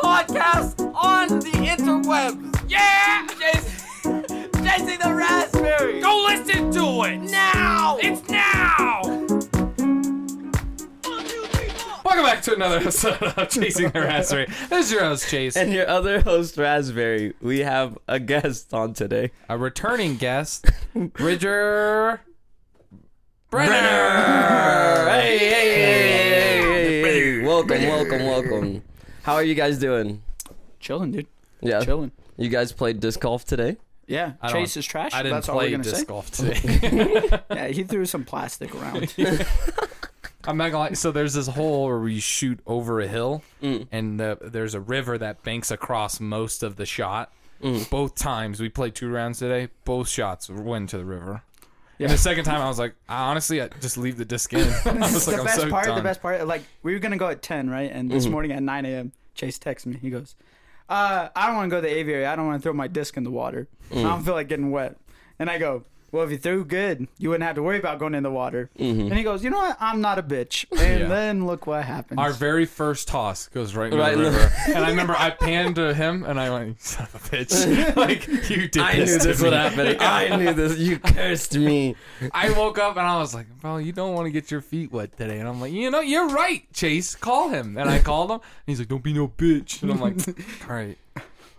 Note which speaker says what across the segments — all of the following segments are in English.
Speaker 1: house on the interwebs.
Speaker 2: Yeah!
Speaker 1: Chasing, chasing the raspberry.
Speaker 2: Go listen to it!
Speaker 1: now.
Speaker 2: It's now!
Speaker 3: Welcome back to another episode of Chasing the Raspberry. This is your host, Chase.
Speaker 4: And your other host, Raspberry, we have a guest on today.
Speaker 3: A returning guest, Bridger
Speaker 4: Brenner!
Speaker 3: Brenner.
Speaker 4: Hey, hey, hey, hey, hey, hey. Welcome, welcome, welcome. How are you guys doing?
Speaker 5: Chilling, dude.
Speaker 4: Yeah.
Speaker 5: Chilling.
Speaker 4: You guys played disc golf today?
Speaker 5: Yeah.
Speaker 3: I don't-
Speaker 5: Chase is trash.
Speaker 3: I didn't
Speaker 5: That's all we're
Speaker 3: play
Speaker 5: gonna
Speaker 3: disc
Speaker 5: say.
Speaker 3: golf today.
Speaker 5: Yeah, he threw some plastic around.
Speaker 3: I'm not gonna lie. So there's this hole where you shoot over a hill,
Speaker 4: Mm.
Speaker 3: and the, there's a river that banks across most of the shot.
Speaker 4: Mm.
Speaker 3: Both times we played two rounds today. Both shots went to the river. And the second time I was like, I honestly, I just leave the disc in. I was
Speaker 5: the
Speaker 3: like, I'm
Speaker 5: best
Speaker 3: so
Speaker 5: part,
Speaker 3: done.
Speaker 5: the best part, like we were gonna go at ten, right? And this morning at nine a.m., Chase texts me. He goes, uh, "I don't want to go to the aviary. I don't want to throw my disc in the water. I don't feel like getting wet." And I go, "Well, if you threw good, you wouldn't have to worry about going in the water." And he goes, "You know what? I'm not a bitch." And
Speaker 3: Yeah.
Speaker 5: then look what happens.
Speaker 3: Our very first toss goes right in
Speaker 4: Right
Speaker 3: the
Speaker 4: in the-
Speaker 3: river. and I remember I panned to him and I went, "You son of a bitch. like, you did
Speaker 4: I
Speaker 3: this
Speaker 4: knew
Speaker 3: to
Speaker 4: this
Speaker 3: me.
Speaker 4: would happen. I knew this. You cursed me.
Speaker 3: I woke up and I was like, bro, you don't want to get your feet wet today. And I'm like, you know, you're right, Chase. Call him. And I called him. And he's like, don't be no bitch. And I'm like, all right.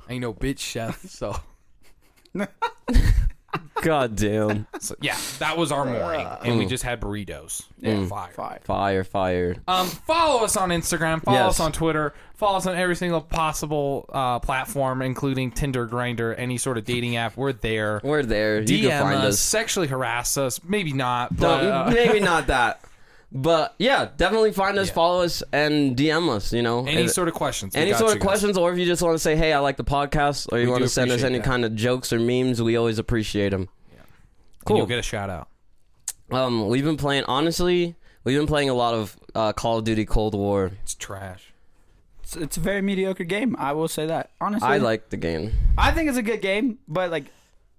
Speaker 3: Ain't no bitch chef. So,
Speaker 4: God damn.
Speaker 3: so, yeah, that was our morning. And
Speaker 4: Mm.
Speaker 3: we just had burritos. Yeah, fire.
Speaker 5: five.
Speaker 4: Fire, fire.
Speaker 3: Um, follow us on Instagram. Follow
Speaker 4: Yes.
Speaker 3: us on Twitter. Follow us on every single possible uh, platform, including Tinder, Grinder, any sort of dating app. We're there.
Speaker 4: We're there. You
Speaker 3: DM
Speaker 4: can find
Speaker 3: us,
Speaker 4: us.
Speaker 3: sexually harass us, maybe not,
Speaker 4: No,
Speaker 3: but uh,
Speaker 4: maybe not that. But yeah, definitely find us, follow us, and DM us, you know.
Speaker 3: any
Speaker 4: If-
Speaker 3: sort of questions. we
Speaker 4: any
Speaker 3: got
Speaker 4: sort
Speaker 3: you
Speaker 4: of
Speaker 3: guys.
Speaker 4: questions, or if you just want to say, hey, I like the podcast, or you
Speaker 3: We
Speaker 4: want
Speaker 3: do
Speaker 4: to send us
Speaker 3: appreciate
Speaker 4: any
Speaker 3: that.
Speaker 4: kind of jokes or memes, we always appreciate them.
Speaker 3: And
Speaker 4: Cool.
Speaker 3: You'll get a shout out.
Speaker 4: Um, we've been playing. Honestly, we've been playing a lot of uh, Call of Duty Cold War.
Speaker 3: It's trash.
Speaker 5: It's, it's a very mediocre game. I will say that honestly.
Speaker 4: I like the game.
Speaker 5: I think it's a good game, but like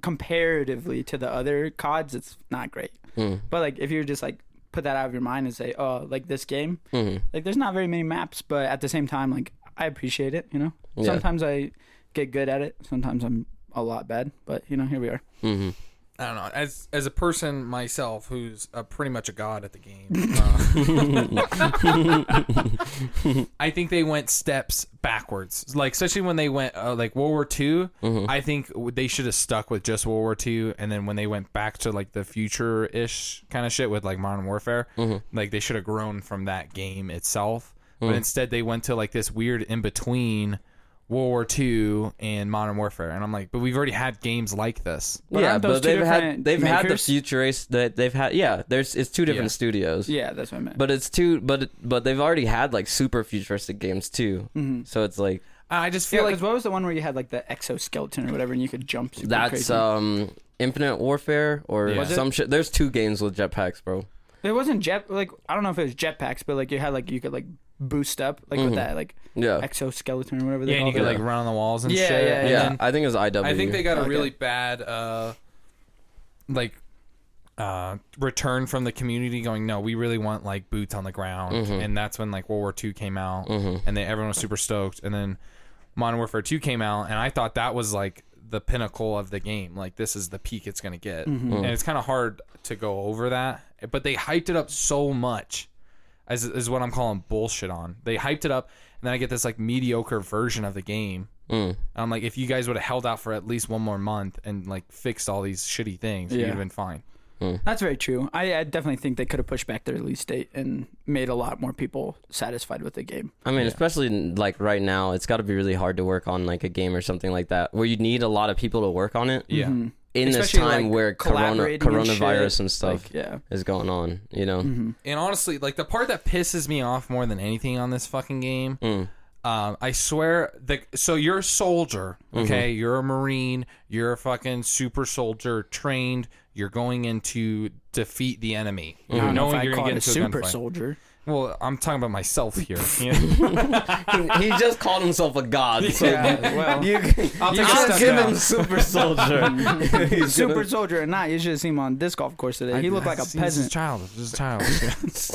Speaker 5: comparatively to the other CODs, it's not great.
Speaker 4: Mm,
Speaker 5: But like if you were just like put that out of your mind and say, oh, like this game,
Speaker 4: mm-hmm.
Speaker 5: like there's not very many maps, but at the same time, like I appreciate it. You know, sometimes I get good at it. Sometimes I'm a lot bad, but you know, here we are.
Speaker 3: I don't know. As as a person myself, who's uh pretty much a god at the game, uh, I think they went steps backwards. Like especially when they went uh, like World War II, I think w- they should have stuck with just World War II. And then when they went back to like the future ish kind of shit with like Modern Warfare, like they should have grown from that game itself. But instead, they went to like this weird in between. World War II and Modern Warfare, and I'm like, but we've already had games like this.
Speaker 5: But
Speaker 4: yeah,
Speaker 5: aren't those
Speaker 4: but
Speaker 5: two
Speaker 4: they've had
Speaker 5: different
Speaker 4: they've had the
Speaker 5: makers?
Speaker 4: futurist that they've had. Yeah, there's it's two
Speaker 3: Yeah.
Speaker 4: different studios.
Speaker 5: Yeah, that's what I meant.
Speaker 4: But it's two, but but they've already had like super futuristic games too.
Speaker 5: Mm-hmm.
Speaker 4: So it's like
Speaker 3: I just
Speaker 5: yeah,
Speaker 3: feel like
Speaker 5: because what was the one where you had like the exoskeleton or whatever, and you could jump? Super
Speaker 4: that's
Speaker 5: crazy?
Speaker 4: um Infinite Warfare or
Speaker 3: Was it?
Speaker 4: some shit. There's two games with jetpacks, bro.
Speaker 5: There wasn't jet like I don't know if it was jetpacks, but like you had like you could like boost up like with that like
Speaker 4: Yeah.
Speaker 5: exoskeleton or whatever.
Speaker 3: Yeah,
Speaker 5: they
Speaker 3: and
Speaker 5: call
Speaker 3: you could like
Speaker 5: it.
Speaker 3: run on the walls and
Speaker 5: Yeah,
Speaker 3: shit.
Speaker 5: yeah,
Speaker 3: and
Speaker 4: yeah,
Speaker 3: then-
Speaker 4: I think it was IW.
Speaker 3: I think they got a
Speaker 5: Okay.
Speaker 3: really bad uh, like uh, return from the community going, no, we really want like boots on the ground,
Speaker 5: Mm-hmm.
Speaker 3: and that's when like World War II came out, and then everyone was super stoked, and then Modern Warfare Two came out, and I thought that was like the pinnacle of the game. Like this is the peak it's gonna get, and it's kind of hard to go over that, but they hyped it up so much as is what I'm calling bullshit on. They hyped it up, and then I get this like mediocre version of the game. Mm. I'm like, if you guys would have held out for at least one more month and like fixed all these shitty things, you'd
Speaker 5: Yeah.
Speaker 3: have been fine.
Speaker 5: That's very true. I, I definitely think they could have pushed back their release date and made a lot more people satisfied with the game.
Speaker 4: I mean, especially like right now, it's got to be really hard to work on like a game or something like that, where you need a lot of people to work on it.
Speaker 3: Yeah.
Speaker 4: In
Speaker 5: Especially,
Speaker 4: this time
Speaker 5: like,
Speaker 4: where corona,
Speaker 5: collaborating and shit.
Speaker 4: coronavirus and, stuff
Speaker 5: Like, yeah. Mm-hmm.
Speaker 4: is going on, you know.
Speaker 3: And honestly, like the part that pisses me off more than anything on this fucking game, um, I swear. The so you're a soldier, okay? You're a marine. You're a fucking super soldier, trained. You're going in to defeat the enemy.
Speaker 5: I
Speaker 3: You're
Speaker 5: don't know if
Speaker 3: knowing
Speaker 5: I'd
Speaker 3: you're
Speaker 5: call
Speaker 3: gonna
Speaker 5: it
Speaker 3: get
Speaker 5: a
Speaker 3: into a
Speaker 5: super
Speaker 3: gunfight.
Speaker 5: soldier.
Speaker 3: Well, I'm talking about myself here.
Speaker 4: he just called himself a god. So
Speaker 5: Yeah, well,
Speaker 4: you
Speaker 3: I'll
Speaker 4: you
Speaker 3: take a
Speaker 4: can't
Speaker 3: step
Speaker 4: give
Speaker 3: back.
Speaker 4: him super soldier. He's
Speaker 5: super
Speaker 4: gonna-
Speaker 5: soldier or not, you should have seen him on this golf course today. He looked like a
Speaker 3: This is
Speaker 5: peasant.
Speaker 3: child. This is child.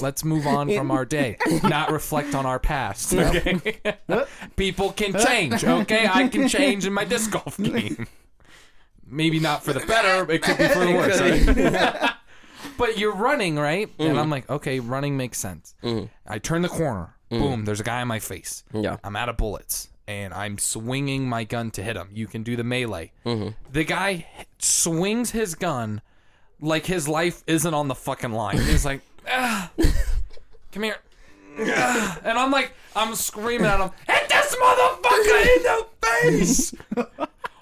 Speaker 3: Let's move on from our day. Not reflect on our past. Okay. People can change. Okay, I can change in my disc golf game. Maybe not for the better. It could be Mm-hmm. for the worse. right? but you're running, right? And I'm like, okay, running makes sense. I turn the corner. Boom! There's a guy in my face.
Speaker 4: Yeah.
Speaker 3: I'm out of bullets and I'm swinging my gun to hit him. You can do the melee. The guy h- swings his gun like his life isn't on the fucking line. He's like, "Ah, come here. Ah," And I'm like, I'm screaming at him, hit this motherfucker in the face!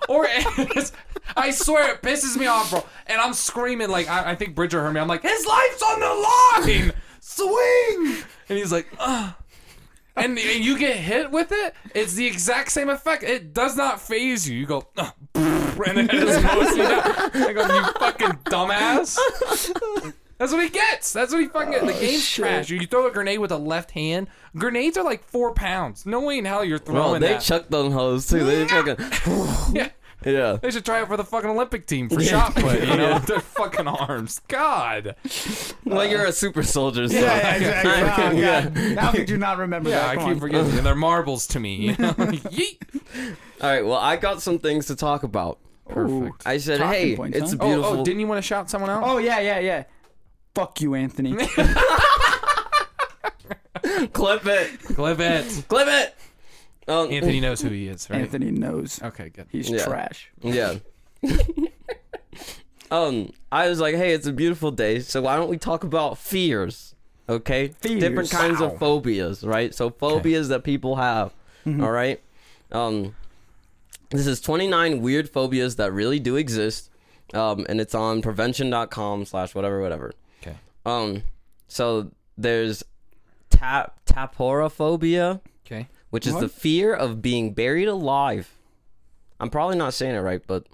Speaker 3: or it's- I swear it pisses me off, bro. And I'm screaming like I, I think Bridger heard me. I'm like, his life's on the line. Swing. And he's like, Ugh. And, and you get hit with it. It's the exact same effect. It does not phase you. You go, "Ugh," and then it just mows you down. I go, you fucking dumbass. That's what he gets. That's what he fucking gets.
Speaker 4: Oh,
Speaker 3: The game's trash. You throw a grenade with a left hand. Grenades are like four pounds. No way in hell you're throwing
Speaker 4: Bro, they
Speaker 3: that.
Speaker 4: chuck them hoes too. They fucking
Speaker 3: Yeah.
Speaker 4: yeah.
Speaker 3: They should try it for the fucking Olympic team for shot put, you know, with their fucking arms. God.
Speaker 4: Like you're a super soldier. So.
Speaker 5: Yeah, exactly. Oh,
Speaker 4: Yeah.
Speaker 5: God. Now we do not remember
Speaker 3: Yeah,
Speaker 5: that.
Speaker 3: I
Speaker 5: Come
Speaker 3: keep
Speaker 5: on.
Speaker 3: forgetting. And they're marbles to me. You know? Yeet.
Speaker 4: All right. Well, I got some things to talk about.
Speaker 3: Perfect.
Speaker 4: I said,
Speaker 5: Talking
Speaker 4: hey,
Speaker 5: points,
Speaker 4: it's
Speaker 5: huh?
Speaker 4: a
Speaker 3: Oh,
Speaker 4: beautiful.
Speaker 3: oh, didn't you want to shout someone out?
Speaker 5: Oh yeah, yeah, yeah. Fuck you, Anthony.
Speaker 4: clip
Speaker 5: Oh.
Speaker 4: it,
Speaker 3: Clip it.
Speaker 4: clip it. Um,
Speaker 3: Anthony knows who he is, right?
Speaker 5: Anthony knows
Speaker 3: Okay, good.
Speaker 5: he's
Speaker 4: Yeah.
Speaker 5: trash.
Speaker 4: Yeah. um, I was like, hey, it's a beautiful day, so why don't we talk about fears? Okay, different
Speaker 5: Fears.
Speaker 4: kinds of phobias, right? So phobias that people have. all right. Um, this is 29 weird phobias that really do exist, um, and it's on prevention.com slash whatever whatever.
Speaker 3: Okay.
Speaker 4: Um, so there's tap taporophobia
Speaker 3: Okay.
Speaker 4: which is the fear of being buried alive. I'm probably not saying it right, but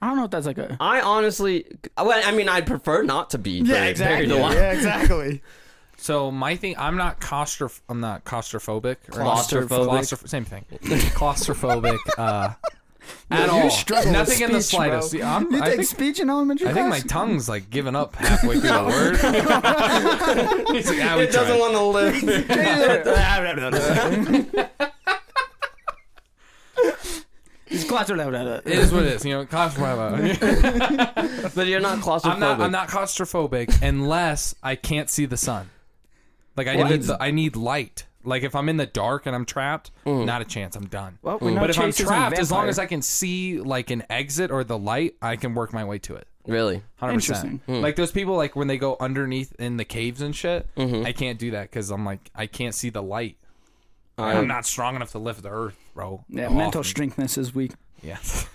Speaker 5: I don't know if that's like a
Speaker 4: I honestly, well, I mean, I'd prefer not to be buried, buried alive.
Speaker 5: Yeah, exactly.
Speaker 3: So my thing, I'm not claustroph- I'm not claustrophobic. Or
Speaker 4: Claustrophobic.
Speaker 3: Claustroph- same thing. claustrophobic. Uh, at
Speaker 5: you
Speaker 3: all.
Speaker 5: struggle with
Speaker 3: Nothing in the
Speaker 5: speech, bro.
Speaker 3: slightest. Yeah, I'm-
Speaker 5: You
Speaker 3: I
Speaker 5: take
Speaker 3: think-
Speaker 5: speech in elementary
Speaker 3: I think my
Speaker 5: class?
Speaker 3: tongue's like giving up halfway through the word. He's like, "Ah, we
Speaker 4: It doesn't
Speaker 3: tried."
Speaker 4: want to live.
Speaker 5: It's claustrophobic.
Speaker 3: It is what it is. You know, claustrophobic.
Speaker 4: but you're not claustrophobic.
Speaker 3: I'm not. I'm not claustrophobic unless I can't see the sun. Like I need. The, I need light. Like if I'm in the dark and I'm trapped, not a chance. I'm done.
Speaker 5: Mm. Well,
Speaker 4: Hmm.
Speaker 5: we know
Speaker 3: But if I'm
Speaker 5: Chase isn't a
Speaker 3: trapped, as long
Speaker 5: vampire.
Speaker 3: as I can see like an exit or the light, I can work my way to it.
Speaker 4: Really?
Speaker 3: Hundred
Speaker 5: Interesting.
Speaker 3: percent. Mm. Like those people, like when they go underneath in the caves and shit,
Speaker 5: Mm-hmm.
Speaker 3: I can't do that because I'm like I can't see the light. I'm not strong enough to lift the earth, bro.
Speaker 5: Yeah,
Speaker 3: I'm
Speaker 5: mental
Speaker 3: off.
Speaker 5: strengthness is weak.
Speaker 3: Yes.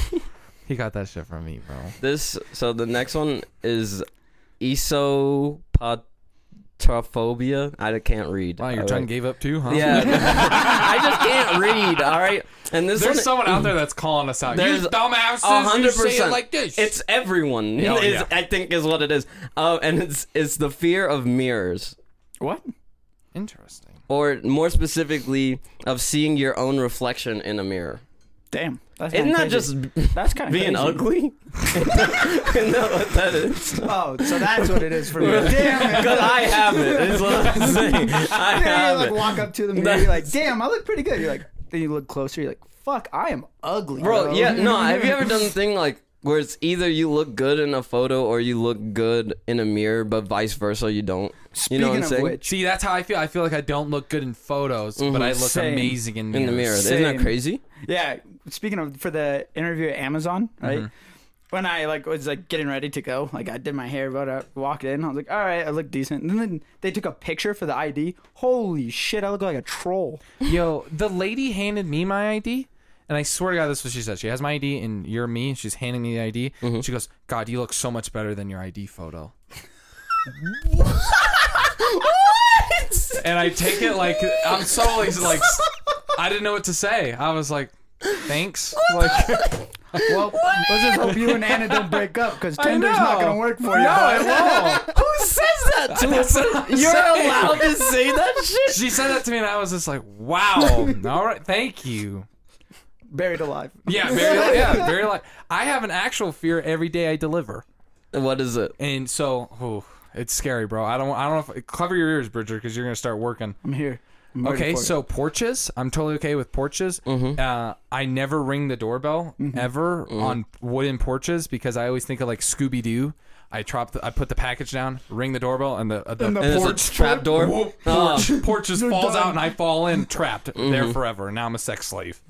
Speaker 3: he got that shit from me, bro.
Speaker 4: This. So the next one is esopatrophobia. I can't read.
Speaker 3: Wow, Oh, your
Speaker 4: I
Speaker 3: tongue
Speaker 4: like-
Speaker 3: gave up too, huh?
Speaker 4: Yeah. I just can't read. All right. And this
Speaker 3: There's
Speaker 4: one.
Speaker 3: someone out there that's calling us out.
Speaker 4: There's
Speaker 3: you dumbasses.
Speaker 4: A hundred
Speaker 3: You say it
Speaker 4: percent
Speaker 3: like this.
Speaker 4: It's everyone.
Speaker 3: Oh,
Speaker 4: is,
Speaker 3: yeah.
Speaker 4: I think is what it is. Uh, and it's it's the fear of mirrors,
Speaker 5: What?
Speaker 3: interesting.
Speaker 4: or more specifically, of seeing your own reflection in a mirror.
Speaker 5: Damn. That's
Speaker 4: Isn't
Speaker 5: kinda
Speaker 4: that
Speaker 5: crazy.
Speaker 4: just
Speaker 5: that's kind of
Speaker 4: being ugly? Isn't that what that is?
Speaker 5: Oh, so that's what it is for me. Damn.
Speaker 4: Because I have it. Is what I'm saying. I
Speaker 5: Yeah, you
Speaker 4: have
Speaker 5: like
Speaker 4: it.
Speaker 5: walk up to the mirror, you're like, damn, I look pretty good. You're like, then you look closer, you're like, fuck, I am ugly,
Speaker 4: Bro, yeah, no. Have you ever done the thing like where it's either you look good in a photo or you look good in a mirror, but vice versa, you don't? you
Speaker 5: Speaking
Speaker 4: know what I'm
Speaker 5: of
Speaker 4: saying?
Speaker 5: which,
Speaker 3: See, that's how I feel. I feel like I don't look good in photos, but I look
Speaker 5: Same.
Speaker 3: amazing in,
Speaker 4: Mm-hmm. in the mirror.
Speaker 3: mirrors.
Speaker 4: Isn't that
Speaker 5: Same.
Speaker 4: crazy?
Speaker 5: yeah. Speaking of for the interview at Amazon, right?
Speaker 4: Mm-hmm.
Speaker 5: When I like was like getting ready to go, like I did my hair, but I walked in, I was like, all right, I look decent. And then they took a picture for the ID. Holy shit, I look like a troll.
Speaker 3: Yo, the lady handed me my ID, and I swear to God, this is what she said. She has my ID, and you're me, and she's handing me the ID. She goes, God, you look so much better than your ID photo. And I take it like I'm so like, like I didn't know what to say. I was like, thanks. Like
Speaker 5: Well, let's just hope you and Anna don't break up because Tinder's not
Speaker 3: know.
Speaker 5: gonna work for you.
Speaker 3: No, it won't.
Speaker 4: Who says that to us? You're allowed to say that shit.
Speaker 3: She said that to me, and I was just like, "Wow, all right, thank you."
Speaker 5: buried alive.
Speaker 3: Yeah, very, yeah, very like I have an actual fear every day I deliver,
Speaker 4: What is it?
Speaker 3: and so oh, it's scary, bro. I don't, I don't know if cover your ears, Bridger, because you're gonna start working.
Speaker 5: I'm here. I'm ready
Speaker 3: Okay,
Speaker 5: for it. Mm-hmm.
Speaker 3: so porches, I'm totally okay with porches. Uh, I never ring the doorbell ever on wooden porches because I always think of like Scooby Doo. I drop, the, I put the package down, ring the doorbell, and the, uh, the,
Speaker 5: And the
Speaker 4: And
Speaker 3: porch
Speaker 4: it's a trap door.
Speaker 3: Whoa, porch, porch just falls out and I fall in, trapped
Speaker 5: Mm-hmm.
Speaker 3: there forever. Now I'm a sex slave.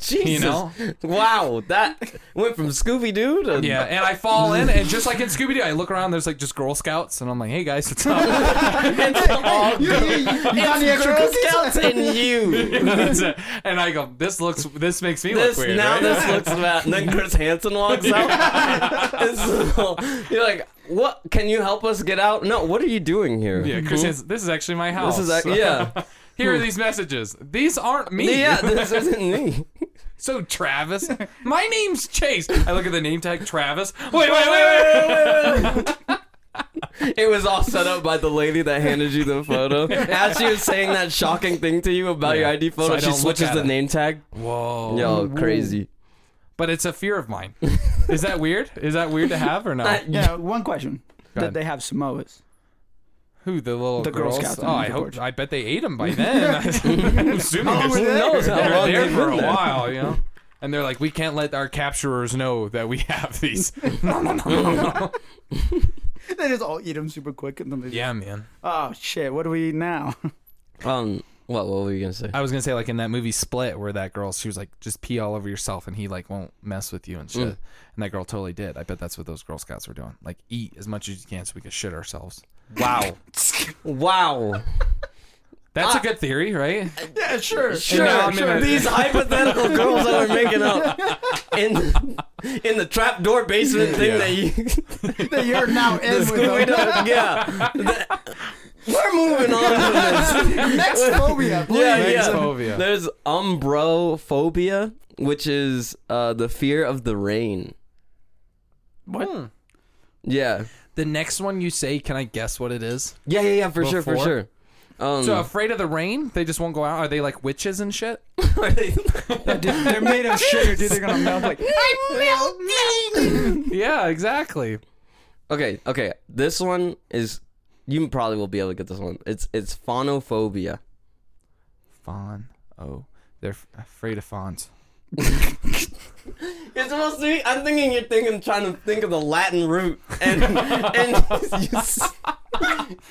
Speaker 4: Jesus.
Speaker 3: know?
Speaker 4: Wow, that went from Scooby Doo to
Speaker 3: Yeah, and I fall in, and just like in Scooby Doo, I look around. There's like just Girl Scouts, and I'm like, "Hey guys, what's up?"
Speaker 5: you, you, you got any extra
Speaker 4: Girl
Speaker 5: cookies?
Speaker 4: Scouts and you.
Speaker 3: That's it. and I go, "This looks, this makes me
Speaker 4: This
Speaker 3: look weird."
Speaker 4: now
Speaker 3: right?
Speaker 4: this looks bad. And then Chris Hansen walks out. And so, you're like, what? Can you help us get out? No, what are you doing here?
Speaker 3: yeah, Chris, says, this is actually my house.
Speaker 4: This is ac- yeah.
Speaker 3: Here are these messages. These aren't me.
Speaker 4: Yeah, this isn't me.
Speaker 3: So Travis, my name's Chase. I look at the name tag, Travis. Wait, wait, wait, wait, wait, wait.
Speaker 4: It was all set up by the lady that handed you the photo. As she was saying that shocking thing to you about your
Speaker 3: Yeah.
Speaker 4: ID
Speaker 3: So
Speaker 4: photo,
Speaker 3: I
Speaker 4: she
Speaker 3: don't look
Speaker 4: switches
Speaker 3: at
Speaker 4: the
Speaker 3: it.
Speaker 4: name tag.
Speaker 3: Whoa.
Speaker 4: Yo, crazy.
Speaker 3: But it's a fear of mine. Is that weird? Is that weird to have or no?
Speaker 4: I-
Speaker 5: Yeah, one question.
Speaker 3: ahead.
Speaker 5: Did they have Samoas?
Speaker 3: Who the little
Speaker 5: The Girl
Speaker 3: girls?
Speaker 5: Scouts
Speaker 3: oh,
Speaker 5: on
Speaker 3: I
Speaker 5: the
Speaker 3: hope.
Speaker 5: porch.
Speaker 3: I bet they ate them by then. I'm assuming
Speaker 5: How
Speaker 3: they're-
Speaker 5: long were they there?
Speaker 4: knows how
Speaker 3: they're
Speaker 4: long
Speaker 3: there
Speaker 4: they've
Speaker 3: for a
Speaker 4: been there.
Speaker 3: while, you know. And they're like, we can't let our capturers know that we have these. no, no, no, no, no.
Speaker 5: They just all eat them super quick and then they
Speaker 3: Yeah, man.
Speaker 5: Oh shit! What do we eat now?
Speaker 4: Um, what, what were you gonna say?
Speaker 3: I was gonna say like in that movie Split, where that girl, she was like, just pee all over yourself, and he like won't mess with you and shit. And that girl totally did. I bet that's what those Girl Scouts were doing. Like, eat as much as you can so we could shit ourselves. Wow, Ah.
Speaker 4: Wow.
Speaker 3: that's a good theory, right?
Speaker 5: yeah, sure.
Speaker 4: Sure,
Speaker 3: now I'm in
Speaker 4: sure.
Speaker 3: a-
Speaker 4: These hypothetical girls that we're making up in in the trapdoor basement thing
Speaker 3: Yeah.
Speaker 4: that you
Speaker 5: That you're now in with
Speaker 4: we
Speaker 5: them.
Speaker 4: don't, yeah. The- we're moving on from this.
Speaker 5: Next phobia. please.
Speaker 4: Yeah, yeah.
Speaker 3: Phobia.
Speaker 4: There's umbrophobia, which is uh, the fear of the rain.
Speaker 3: What?
Speaker 4: Yeah.
Speaker 3: The next one you say, can I guess what it is?
Speaker 4: Yeah, yeah, yeah, for sure, for
Speaker 3: Before?
Speaker 4: sure. Um,
Speaker 3: So afraid of the rain? They just won't go out. Are they like witches and shit?
Speaker 5: Dude, they're made of sugar, dude. They're gonna melt like.
Speaker 3: yeah, exactly.
Speaker 4: okay, okay. This one is you probably will be able to get this one. It's it's phonophobia.
Speaker 3: Fawn. Oh, they're f- afraid of fawns.
Speaker 4: You're supposed to be. I'm thinking you're thinking, trying to think of the Latin root, and and you s-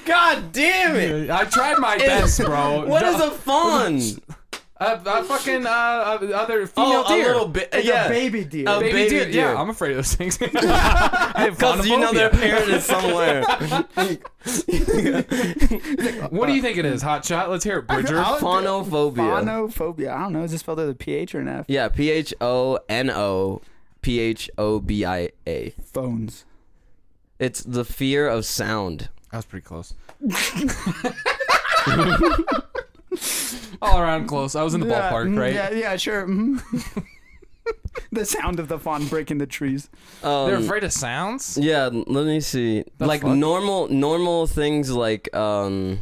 Speaker 4: God damn it!
Speaker 3: Uh, I tried my best, bro.
Speaker 4: What is a fawn?
Speaker 3: a, a fucking uh, uh, other female
Speaker 4: Oh, a
Speaker 3: deer?
Speaker 4: little bit.
Speaker 5: Like
Speaker 4: yeah,
Speaker 5: a baby deer.
Speaker 4: A
Speaker 3: Baby,
Speaker 4: baby
Speaker 3: deer.
Speaker 4: deer.
Speaker 3: Yeah, I'm afraid of those things.
Speaker 4: Because
Speaker 3: Because
Speaker 4: you know their parent is somewhere.
Speaker 3: What do you think it is? Hot shot. Let's hear it, Bridger.
Speaker 4: Phonophobia.
Speaker 5: Phonophobia. I don't know. Is it spelled with a ph or an f?
Speaker 4: yeah, P H O N O P H O B I A.
Speaker 5: Phones.
Speaker 4: It's the fear of sound.
Speaker 3: That was pretty close. All around close. I was in the
Speaker 5: Yeah,
Speaker 3: ballpark,
Speaker 5: mm,
Speaker 3: right?
Speaker 5: Yeah, yeah, sure. mhm. the sound of the fawn breaking the trees.
Speaker 4: Um,
Speaker 3: They're afraid of sounds.
Speaker 4: Yeah, l- let me see.
Speaker 3: The
Speaker 4: like
Speaker 3: fuck?
Speaker 4: normal normal things like um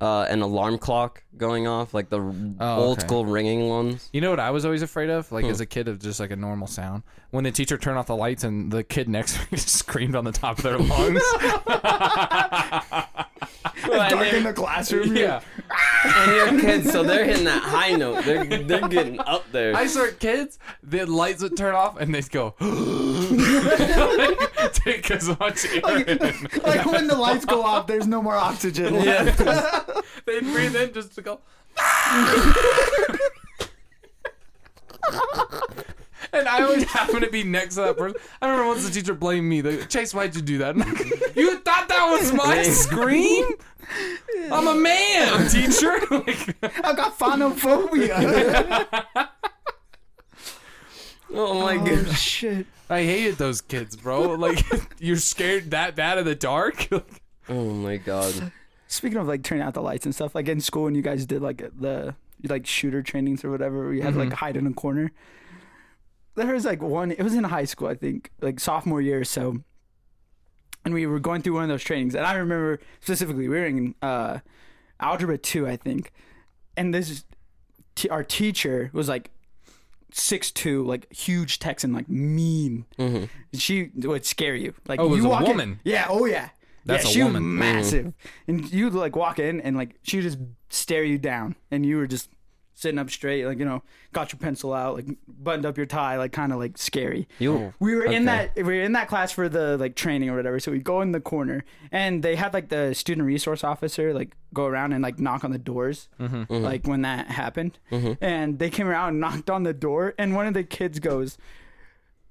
Speaker 4: uh an alarm clock going off, like the r old
Speaker 3: okay.
Speaker 4: school ringing ones.
Speaker 3: You know what I was always afraid of, like as a kid, of just like a normal sound. When the teacher turned off the lights and the kid next to me screamed on the top of their lungs.
Speaker 4: and,
Speaker 5: Dark in
Speaker 4: they're-
Speaker 5: the classroom.
Speaker 3: yeah,
Speaker 4: and your kids, so they're hitting that high note. They're they're getting up there.
Speaker 3: I saw kids. The lights would turn off and they'd go. Take as much air. in.
Speaker 5: Like when the lights go off, there's no more oxygen.
Speaker 4: yeah.
Speaker 3: They'd breathe in just to go. "Ah!" and I always happen to be next to that person. I remember once the teacher blamed me. They, Chase, why'd you do that? And I'm like, you thought that was my scream? I'm a man, teacher. Like,
Speaker 5: I got phonophobia.
Speaker 4: Oh my
Speaker 5: oh,
Speaker 4: god.
Speaker 5: shit.
Speaker 3: um, I hated those kids, bro. Like you're scared that bad of the dark. Like,
Speaker 4: Oh my god.
Speaker 5: Speaking of like turning out the lights and stuff, like in school when you
Speaker 3: Mm-hmm.
Speaker 5: guys did like the like shooter trainings or whatever, where you had to like hide in a corner. there was like one. It was in high school, I think, like sophomore year or so. And we were going through one of those trainings, and I remember specifically we were in uh, algebra two, I think, and this t- our teacher was like six two, like huge Texan, like mean. And She would scare you. Like
Speaker 3: Mm-hmm. Oh, it was
Speaker 5: you
Speaker 3: a
Speaker 5: walk in-
Speaker 3: woman.
Speaker 5: yeah. Oh yeah.
Speaker 3: That's
Speaker 5: yeah,
Speaker 3: a
Speaker 5: she was
Speaker 3: woman. Mm.
Speaker 5: massive, and you like walk in and like she would just stare you down, and you were just sitting up straight, like you know, got your pencil out, like buttoned up your tie, like kind of like scary.
Speaker 4: You-
Speaker 5: we were in
Speaker 4: okay.
Speaker 5: that we were in that class for the like training or whatever. So we go in the corner, and they had like the student resource officer like go around and like knock on the doors,
Speaker 2: Mm-hmm.
Speaker 5: like when that happened, and they came around and knocked on the door, and one of the kids goes.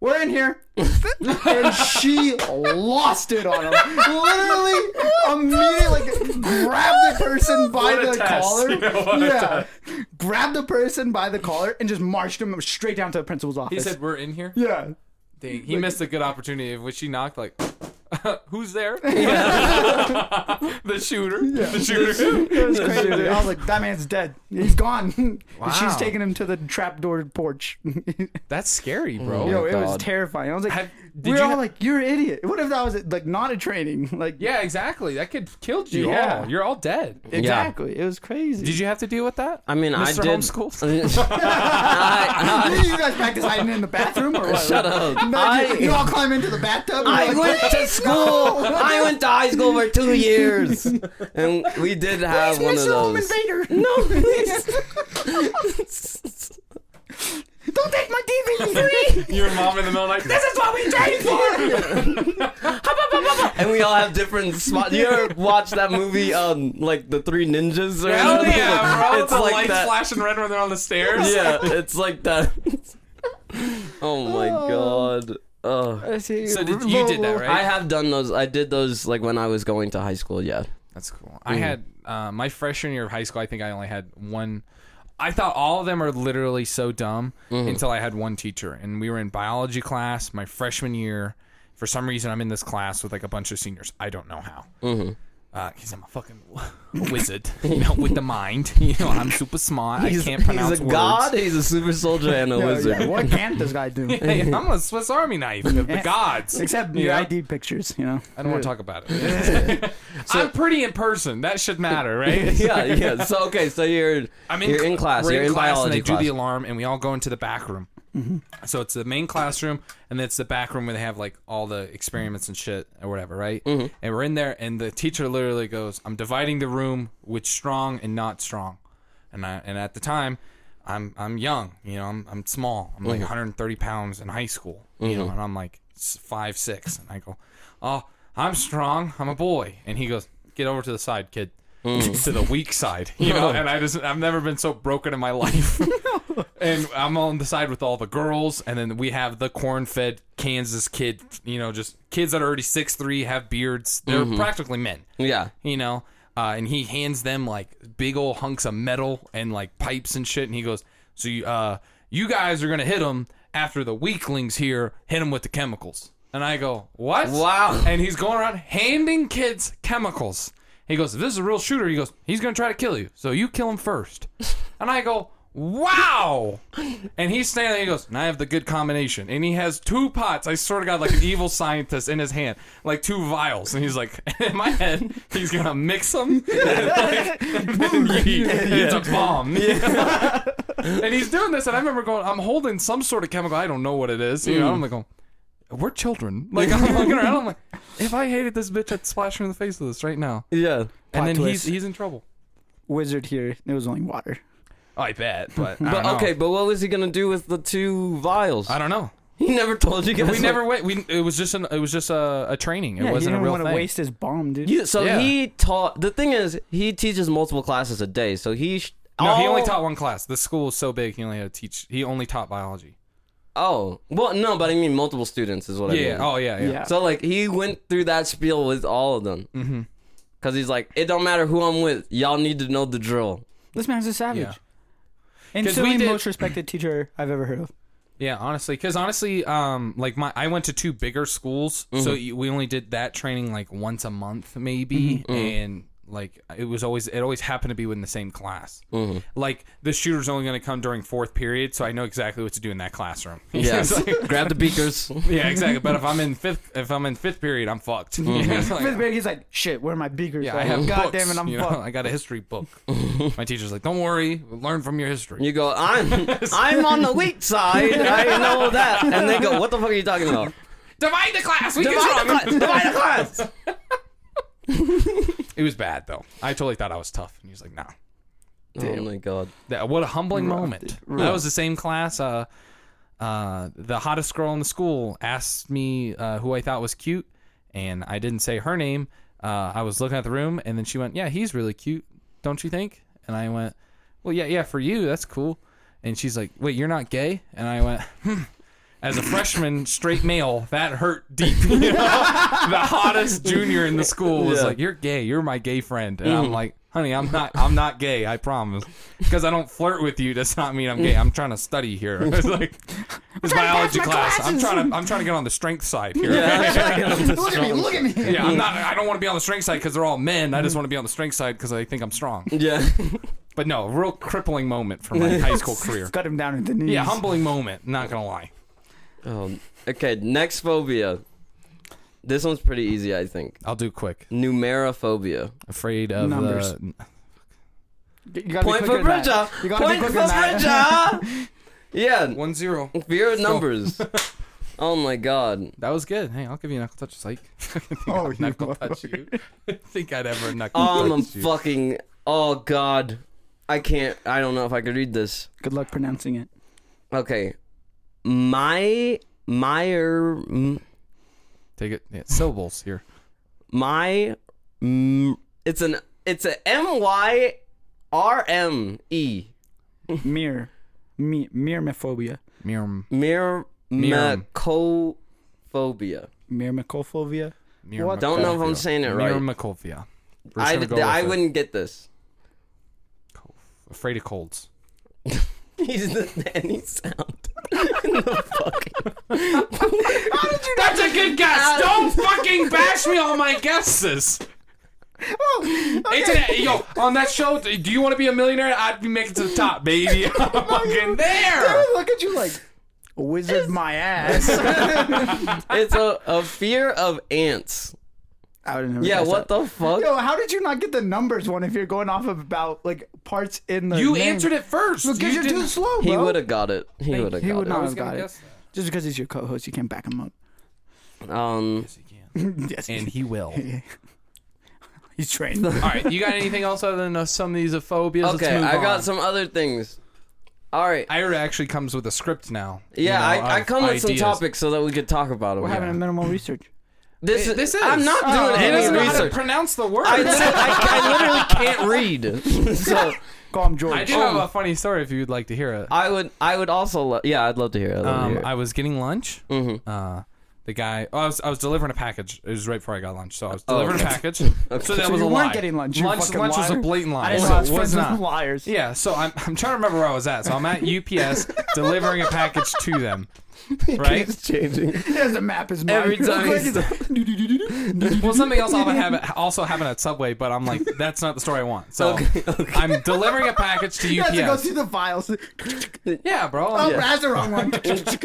Speaker 5: We're in here, and she lost it on him. Literally, immediately, like grabbed the person by
Speaker 2: What a
Speaker 5: the
Speaker 2: test.
Speaker 5: collar.
Speaker 2: What a
Speaker 5: yeah, grabbed the person by the collar and just marched him straight down to the principal's
Speaker 3: He
Speaker 5: office.
Speaker 3: said we're in here.
Speaker 5: yeah.
Speaker 3: Dang, he missed a good opportunity. Which she knocked like, who's there? the shooter. The shooter.
Speaker 5: It was crazy. dude. I was like, that man's dead. He's gone. And
Speaker 3: Wow.
Speaker 5: She's taking him to the trapdoor porch.
Speaker 3: That's scary, bro.
Speaker 4: Mm.
Speaker 5: Yo, it was
Speaker 4: Oh, God.
Speaker 5: terrifying. I was like,
Speaker 3: Have- did
Speaker 5: we're
Speaker 3: you
Speaker 5: all
Speaker 3: ha-
Speaker 5: like, you're an idiot. What if that was like not a training? Like,
Speaker 3: Yeah, exactly. That kid killed you
Speaker 5: Yeah.
Speaker 3: all. You're all dead.
Speaker 5: exactly. It was crazy.
Speaker 3: Did you have to deal with that?
Speaker 4: I mean, I
Speaker 3: Mr.
Speaker 4: did.
Speaker 3: Homeschool?
Speaker 4: I- I-
Speaker 5: you guys practice hiding in the bathroom or what?
Speaker 4: Shut up.
Speaker 5: No,
Speaker 4: I-
Speaker 5: you, you all climb into the bathtub.
Speaker 4: I
Speaker 5: and you're like,
Speaker 4: went to school. I went to high school for two years, and we did have one of
Speaker 5: Mr. Home
Speaker 4: those.
Speaker 5: Invader,
Speaker 4: No, please.
Speaker 5: don't take my DVD.
Speaker 3: Your mom in the middle of the night.
Speaker 5: this is what we trained for.
Speaker 4: and we all have different spots. You ever watch that movie, um, like the Three Ninjas? Or
Speaker 3: Hell
Speaker 4: anything?
Speaker 3: yeah, bro!
Speaker 4: It's
Speaker 3: the
Speaker 4: like
Speaker 3: lights
Speaker 4: that.
Speaker 3: flashing red when they're on the stairs.
Speaker 4: Yeah, it's like that. oh my god. Ugh.
Speaker 3: So did, you did that, right?
Speaker 4: I have done those. I did those like when I was going to high school. Yeah.
Speaker 3: That's cool. I had uh, my freshman year of high school. I think I only had one. I thought all of them are literally so dumb
Speaker 4: Mm-hmm.
Speaker 3: until I had one teacher, and we were in biology class my freshman year. For some reason, I'm in this class with like a bunch of seniors. I don't know how.
Speaker 4: Mm-hmm.
Speaker 3: Because I'm a fucking wizard, you know, with the mind. You know, I'm super smart. I can't pronounce
Speaker 4: he's a
Speaker 3: words.
Speaker 4: god. He's a super soldier and a wizard.
Speaker 5: Yeah, what can't this guy do?
Speaker 3: Hey, I'm a Swiss Army knife of the gods.
Speaker 5: Except
Speaker 3: You
Speaker 5: your
Speaker 3: know?
Speaker 5: ID pictures, you know.
Speaker 3: I don't want to talk about it. I'm pretty in person. That should matter, right?
Speaker 4: yeah, yeah. So okay, so you're
Speaker 3: I'm
Speaker 4: you're in class.
Speaker 3: We're
Speaker 4: you're
Speaker 3: in,
Speaker 4: in
Speaker 3: class,
Speaker 4: biology
Speaker 3: and they
Speaker 4: class.
Speaker 3: do
Speaker 4: Mm-hmm.
Speaker 3: the alarm, and we all go into the back room. So it's the main classroom, and it's the back room where they have like all the experiments and shit or whatever, right?
Speaker 4: Mm-hmm.
Speaker 3: And we're in there, and the teacher literally goes, "I'm dividing the room with strong and not strong," and I and at the time. I'm I'm young, you know. I'm I'm small. I'm like
Speaker 4: Mm-hmm.
Speaker 3: 130 pounds in high school, you know, and I'm like s- five six, and I go, "Oh, I'm strong. I'm a boy." And he goes, "Get over to the side, kid." to the weak side, you know. And I just I've never been so broken in my life. and I'm on the side with all the girls, and then we have the corn-fed Kansas kid, you know, just kids that are already six three, have beards. They're practically men,
Speaker 4: yeah.
Speaker 3: you know. Uh, and he hands them like big old hunks of metal and like pipes and shit, and he goes, "So you, uh, you guys are gonna hit them after the weaklings here hit them with the chemicals." And I go, "What?
Speaker 4: Wow.
Speaker 3: and he's going around handing kids chemicals. He goes, if this is a real shooter, he goes, he's going to try to kill you. So you kill him first. And I go, wow. And he's standing there. He goes, and I have the good combination. And he has two pots. I swear to God, like an evil scientist in his hand, like two vials. And he's like, in my head, he's going to mix them. And like, and then yeet. It's a bomb. and he's doing this. And I remember going, I'm holding some sort of chemical. I don't know what it is. You know, I'm like, going, we're children. Like I'm looking around, I'm like, if I hated this bitch, I'd splash her in the face with this right now.
Speaker 4: Yeah.
Speaker 3: And
Speaker 5: Plot
Speaker 3: then
Speaker 5: twist.
Speaker 3: he's he's in trouble.
Speaker 5: Wizard here. It was only water.
Speaker 3: I bet, but
Speaker 4: But okay, but what was he gonna do with the two vials?
Speaker 3: I don't know.
Speaker 4: He never told you guys.
Speaker 3: We never went. We it was just an it was just a, a training. It
Speaker 5: yeah,
Speaker 3: wasn't
Speaker 5: he
Speaker 3: a
Speaker 5: didn't
Speaker 3: real
Speaker 5: want
Speaker 3: thing.
Speaker 5: to waste his bomb, dude.
Speaker 4: You, so
Speaker 3: Yeah.
Speaker 4: he taught. The thing is, he teaches multiple classes a day. So he. Sh- Oh.
Speaker 3: no, he only
Speaker 4: all-
Speaker 3: taught one class. The school was so big, he only had to teach. He only taught biology.
Speaker 4: Oh well, no, but I mean multiple students is what I mean.
Speaker 3: Yeah. Oh yeah. Yeah.
Speaker 5: Yeah.
Speaker 4: So like he went through that spiel with all of them. Mm-hmm. Cause he's like, it don't matter who I'm with, y'all need to know the drill.
Speaker 5: This man's a savage.
Speaker 3: Yeah.
Speaker 5: And
Speaker 3: 'Cause
Speaker 5: still
Speaker 3: we
Speaker 5: the
Speaker 3: did-
Speaker 5: most respected teacher I've ever heard of.
Speaker 3: Yeah, honestly, because honestly, um, like my I went to two
Speaker 4: Mm-hmm.
Speaker 3: bigger schools, so you, we only did that training like once a month, maybe, and like it was always it always happened to be within the same class.
Speaker 4: Mm-hmm.
Speaker 3: Like the shooter's only going to come during fourth period, so I know exactly what to do in that classroom.
Speaker 4: Yeah.
Speaker 3: It's like-
Speaker 4: Grab the beakers.
Speaker 3: yeah, exactly. But if I'm in fifth, if I'm in fifth period, I'm fucked.
Speaker 4: Mm-hmm.
Speaker 3: It's like,
Speaker 5: Fifth grade, he's like, shit, where are my beakers?
Speaker 3: Oh, yeah,
Speaker 5: at?
Speaker 3: I have
Speaker 5: God
Speaker 3: books,
Speaker 5: damn it, I'm
Speaker 3: you know?
Speaker 5: fucked.
Speaker 3: I got a history book. My teacher's like, "Don't worry, learn from your history."
Speaker 4: You go, I'm I'm on the weak side. I know that. And they go, What the fuck are you talking about?
Speaker 3: Divide the class. We
Speaker 4: Divide the
Speaker 3: can
Speaker 4: class. Divide the class.
Speaker 3: It was bad though. I totally thought I was tough, and he was like, "Nah."
Speaker 4: Oh my god.
Speaker 3: That, what a humbling
Speaker 5: Rough,
Speaker 3: moment.
Speaker 5: dude.
Speaker 3: That was the same class. Uh, uh, the hottest girl in the school asked me uh, who I thought was cute, and I didn't say her name. Uh, I was looking at the room, and then she went, "Yeah, he's really cute, don't you think?" And I went, "Well, yeah, yeah, for you, that's cool." And she's like, "Wait, you're not gay?" And I went, "Hmm." As a freshman, straight male, that hurt deep. you know? the hottest junior in the school was
Speaker 4: Yeah.
Speaker 3: like, "You're gay. You're my gay friend," and I'm like, "Honey, I'm not. I'm not gay. I promise. Because I don't flirt with you does not mean I'm gay. I'm trying to study here. It's like it's biology
Speaker 5: my
Speaker 3: class. I'm
Speaker 5: classes.
Speaker 3: trying to. I'm trying to get on the strength side here.
Speaker 4: Yeah,
Speaker 3: Yeah,
Speaker 4: Mm. I'm trying to get on the
Speaker 5: Look at me,
Speaker 4: strong
Speaker 5: look at me.
Speaker 3: I'm not. I don't want to be on the strength side because they're all men.
Speaker 4: Mm.
Speaker 3: I just want to be on the strength side because I think I'm strong.
Speaker 4: Yeah.
Speaker 3: But no, a real crippling moment for my high school career.
Speaker 5: Cut him down into knees.
Speaker 3: Yeah, humbling moment. Not gonna lie.
Speaker 4: Um, okay, next phobia. This one's pretty easy, I think.
Speaker 3: I'll do quick.
Speaker 4: Numerophobia.
Speaker 3: Afraid of uh,
Speaker 5: Numbers.
Speaker 3: The,
Speaker 5: You gotta be
Speaker 4: Point for
Speaker 5: quicker than
Speaker 4: Bridger.
Speaker 5: that. You gotta be
Speaker 4: Point for
Speaker 5: quicker than that.
Speaker 4: Bridger. yeah,
Speaker 3: one zero.
Speaker 4: fear of numbers. oh my god.
Speaker 3: That was good. Hey, I'll give you a knuckle touch, psych.
Speaker 5: Oh,
Speaker 3: oh,
Speaker 5: you
Speaker 3: knuckle touch you. I think I'd ever knuckle
Speaker 4: Um, I'm
Speaker 3: touch you.
Speaker 4: fucking. Oh god. I can't. I don't know if I could read this.
Speaker 5: Good luck pronouncing it.
Speaker 4: Okay. My Meyer m-
Speaker 3: Take it. Yeah, syllables here.
Speaker 4: my m- it's an it's a M Y R M E
Speaker 5: Mirror. Me, mirrormophobia.
Speaker 3: Mirum.
Speaker 4: Mir
Speaker 3: Mirum.
Speaker 4: Macophobia.
Speaker 5: Mirrormocophobia.
Speaker 3: Mirum
Speaker 5: What?
Speaker 4: Don't know if I'm saying it right.
Speaker 3: Miramakovia. We're just
Speaker 4: I,
Speaker 3: gonna go
Speaker 4: I
Speaker 3: with it.
Speaker 4: wouldn't get this.
Speaker 3: Afraid of colds.
Speaker 4: He's the any sound. in the fucking. How did you
Speaker 3: That's a good
Speaker 4: Uh,
Speaker 3: guess. Don't fucking bash me on my guesses. It's an, yo, on that show, do you want to be a millionaire? I'd be making it to the top, baby. I'm fucking there.
Speaker 5: Look at you like, wizard my ass.
Speaker 4: It's a, a fear of ants.
Speaker 5: I would've never
Speaker 4: Yeah,
Speaker 5: guessed
Speaker 4: what
Speaker 5: that.
Speaker 4: the fuck?
Speaker 5: Yo, how did you not get the numbers one if you're going off of about like parts in the
Speaker 3: You
Speaker 5: name?
Speaker 3: answered it first.
Speaker 5: because
Speaker 3: you
Speaker 5: you are too
Speaker 3: didn't-
Speaker 5: slow, bro.
Speaker 4: he would have got it. He would have
Speaker 5: He
Speaker 4: got
Speaker 5: would
Speaker 4: it.
Speaker 5: not have
Speaker 3: gonna
Speaker 5: got it.
Speaker 3: guess
Speaker 5: Just because he's your co-host, you can't back him up.
Speaker 4: Um,
Speaker 5: Yes,
Speaker 3: And he will.
Speaker 5: he's trained.
Speaker 3: All right, you got anything else other than uh, some of these phobias? Let's
Speaker 4: okay,
Speaker 3: move
Speaker 4: I got
Speaker 3: on.
Speaker 4: some other things. All right.
Speaker 3: Ira actually comes with a script now.
Speaker 4: Yeah,
Speaker 3: you know,
Speaker 4: I, I
Speaker 3: of
Speaker 4: come with some
Speaker 3: ideas.
Speaker 4: topics so that we could talk about them.
Speaker 5: We're having a minimal research.
Speaker 4: this,
Speaker 3: It- this is.
Speaker 4: I'm not
Speaker 3: Oh,
Speaker 4: doing
Speaker 3: he
Speaker 4: any
Speaker 3: doesn't know how to
Speaker 4: research.
Speaker 3: pronounce the
Speaker 4: I,
Speaker 3: words.
Speaker 4: literally, I, I literally can't read. so
Speaker 5: Call him George.
Speaker 3: I do
Speaker 4: Oh.
Speaker 3: have a funny story if you'd like to hear it.
Speaker 4: I would I would also lo- yeah I'd love to hear it. I'd
Speaker 5: Oh,
Speaker 4: love to
Speaker 3: Um,
Speaker 4: hear it.
Speaker 3: I was getting lunch.
Speaker 5: Mm-hmm.
Speaker 3: Uh, the guy, oh, I was, I was delivering a package. It was right before I got lunch, so I was delivering
Speaker 4: okay.
Speaker 3: a package. So that
Speaker 5: Oh, So
Speaker 3: was
Speaker 5: you
Speaker 3: a
Speaker 5: weren't
Speaker 3: lie.
Speaker 5: getting lunch, you
Speaker 3: lunch,
Speaker 5: fucking
Speaker 3: lunch was a
Speaker 5: liar.
Speaker 3: blatant lie.
Speaker 5: I didn't
Speaker 3: So
Speaker 5: know I was
Speaker 3: it was
Speaker 5: friends
Speaker 3: not.
Speaker 5: with liars.
Speaker 3: Yeah, so I'm, I'm trying to remember where I was at. So I'm at UPS delivering a package to them. Right?
Speaker 4: It's changing.
Speaker 5: He has a map his mind.
Speaker 4: Every time
Speaker 5: Like,
Speaker 4: he's-
Speaker 5: he's-
Speaker 3: Well, something else also happened, also happened at Subway, but I'm like, that's not the story I want. So I'm delivering a package to
Speaker 5: He has to go Oh,
Speaker 3: UPS.
Speaker 5: through the files. Oh,
Speaker 3: Yeah, bro.
Speaker 5: that's the wrong one. it's
Speaker 3: in
Speaker 5: like,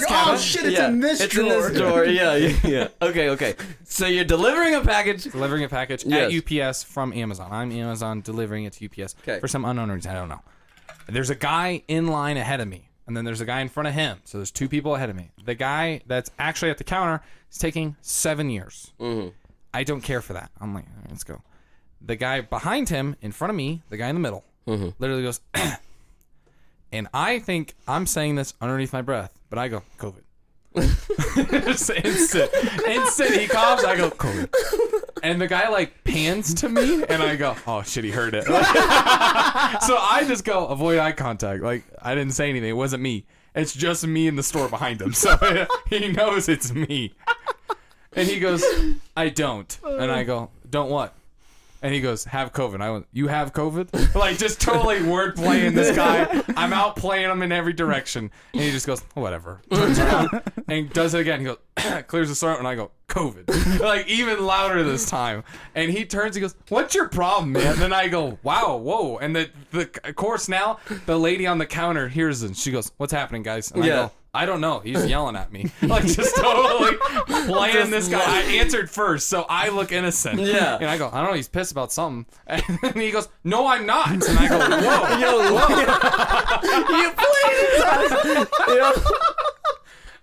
Speaker 3: this
Speaker 5: oh
Speaker 3: cabinet.
Speaker 5: shit, it's
Speaker 4: yeah,
Speaker 5: in this
Speaker 4: it's
Speaker 5: drawer.
Speaker 4: in this drawer. Yeah, yeah, yeah. Okay, okay. So you're delivering a package.
Speaker 3: delivering a package
Speaker 4: Yes.
Speaker 3: at UPS from Amazon. I'm Amazon delivering it to UPS
Speaker 4: Okay.
Speaker 3: for some unknown reason. I don't know. There's a guy in line ahead of me, and then there's a guy in front of him. So there's two people ahead of me. The guy that's actually at the counter is taking seven years.
Speaker 4: Mm-hmm.
Speaker 3: I don't care for that. I'm like, all right, let's go. The guy behind him, in front of me, the guy in the middle,
Speaker 4: Mm-hmm.
Speaker 3: literally goes, and I think I'm saying this underneath my breath, but I go, COVID. Just instant, instant. He coughs. I go, COVID. And the guy like pans to me, and I go, "Oh shit, he heard it." so I just go, avoid eye contact. Like I didn't say anything. It wasn't me. It's just me in the store behind him. So he knows it's me. And he goes, "I don't." And I go, "Don't what?" And he goes, "Have COVID." I went, "You have COVID?" Like just totally word playing this guy. I'm out playing him in every direction, and he just goes, "Whatever." Turns around and does it again. He goes, clears his throat, and I go, "COVID." Like even louder this time. And he turns. He goes, "What's your problem, man?" And then I go, "Wow, whoa!" And the the of course now the lady on the counter hears it. And she goes, "What's happening, guys?" And I
Speaker 4: Yeah.
Speaker 3: go, I don't know. He's yelling at me. Like, just totally playing this guy. I answered first, so I look innocent.
Speaker 4: Yeah.
Speaker 3: And I go, I don't know. He's pissed about something. And then he goes, No, I'm not. And I go, Whoa.
Speaker 4: you played it.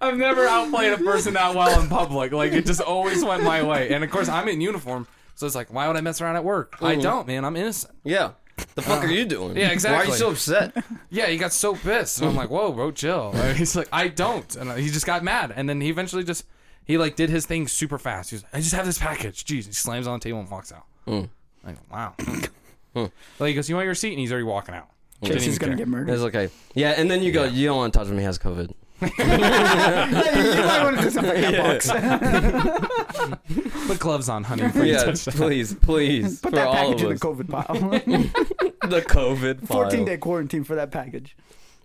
Speaker 3: I've never outplayed a person that well in public. Like, it just always went my way. And of course, I'm in uniform. So it's like, why would I mess around at work? I don't, man. I'm innocent.
Speaker 4: Yeah. The fuck are you doing?
Speaker 3: Yeah,
Speaker 4: Mm. Why are
Speaker 3: exactly.
Speaker 4: you so upset?
Speaker 3: Yeah, he got so pissed. And I'm like, whoa, bro, chill. And he's like, I don't. And he just got mad. And then he eventually just, he like did his thing super fast. He was, I just have this package. Jeez. He slams on the table and walks out. I go, wow. Like, he goes, you want your seat? And he's already walking out. Didn't
Speaker 5: Chase is
Speaker 3: even
Speaker 5: gonna
Speaker 3: care.
Speaker 5: get murdered.
Speaker 4: It's okay. Yeah, and then you go, you don't want to touch him. He has COVID.
Speaker 5: Yeah, you, you might want to do something like that box.
Speaker 3: Put gloves on, honey. before you
Speaker 4: yeah,
Speaker 3: touch that.
Speaker 4: please, please,
Speaker 5: Put
Speaker 4: for
Speaker 5: that
Speaker 4: all of
Speaker 5: package in the
Speaker 4: us.
Speaker 5: COVID pile.
Speaker 4: the COVID file.
Speaker 5: 14 day quarantine for that package.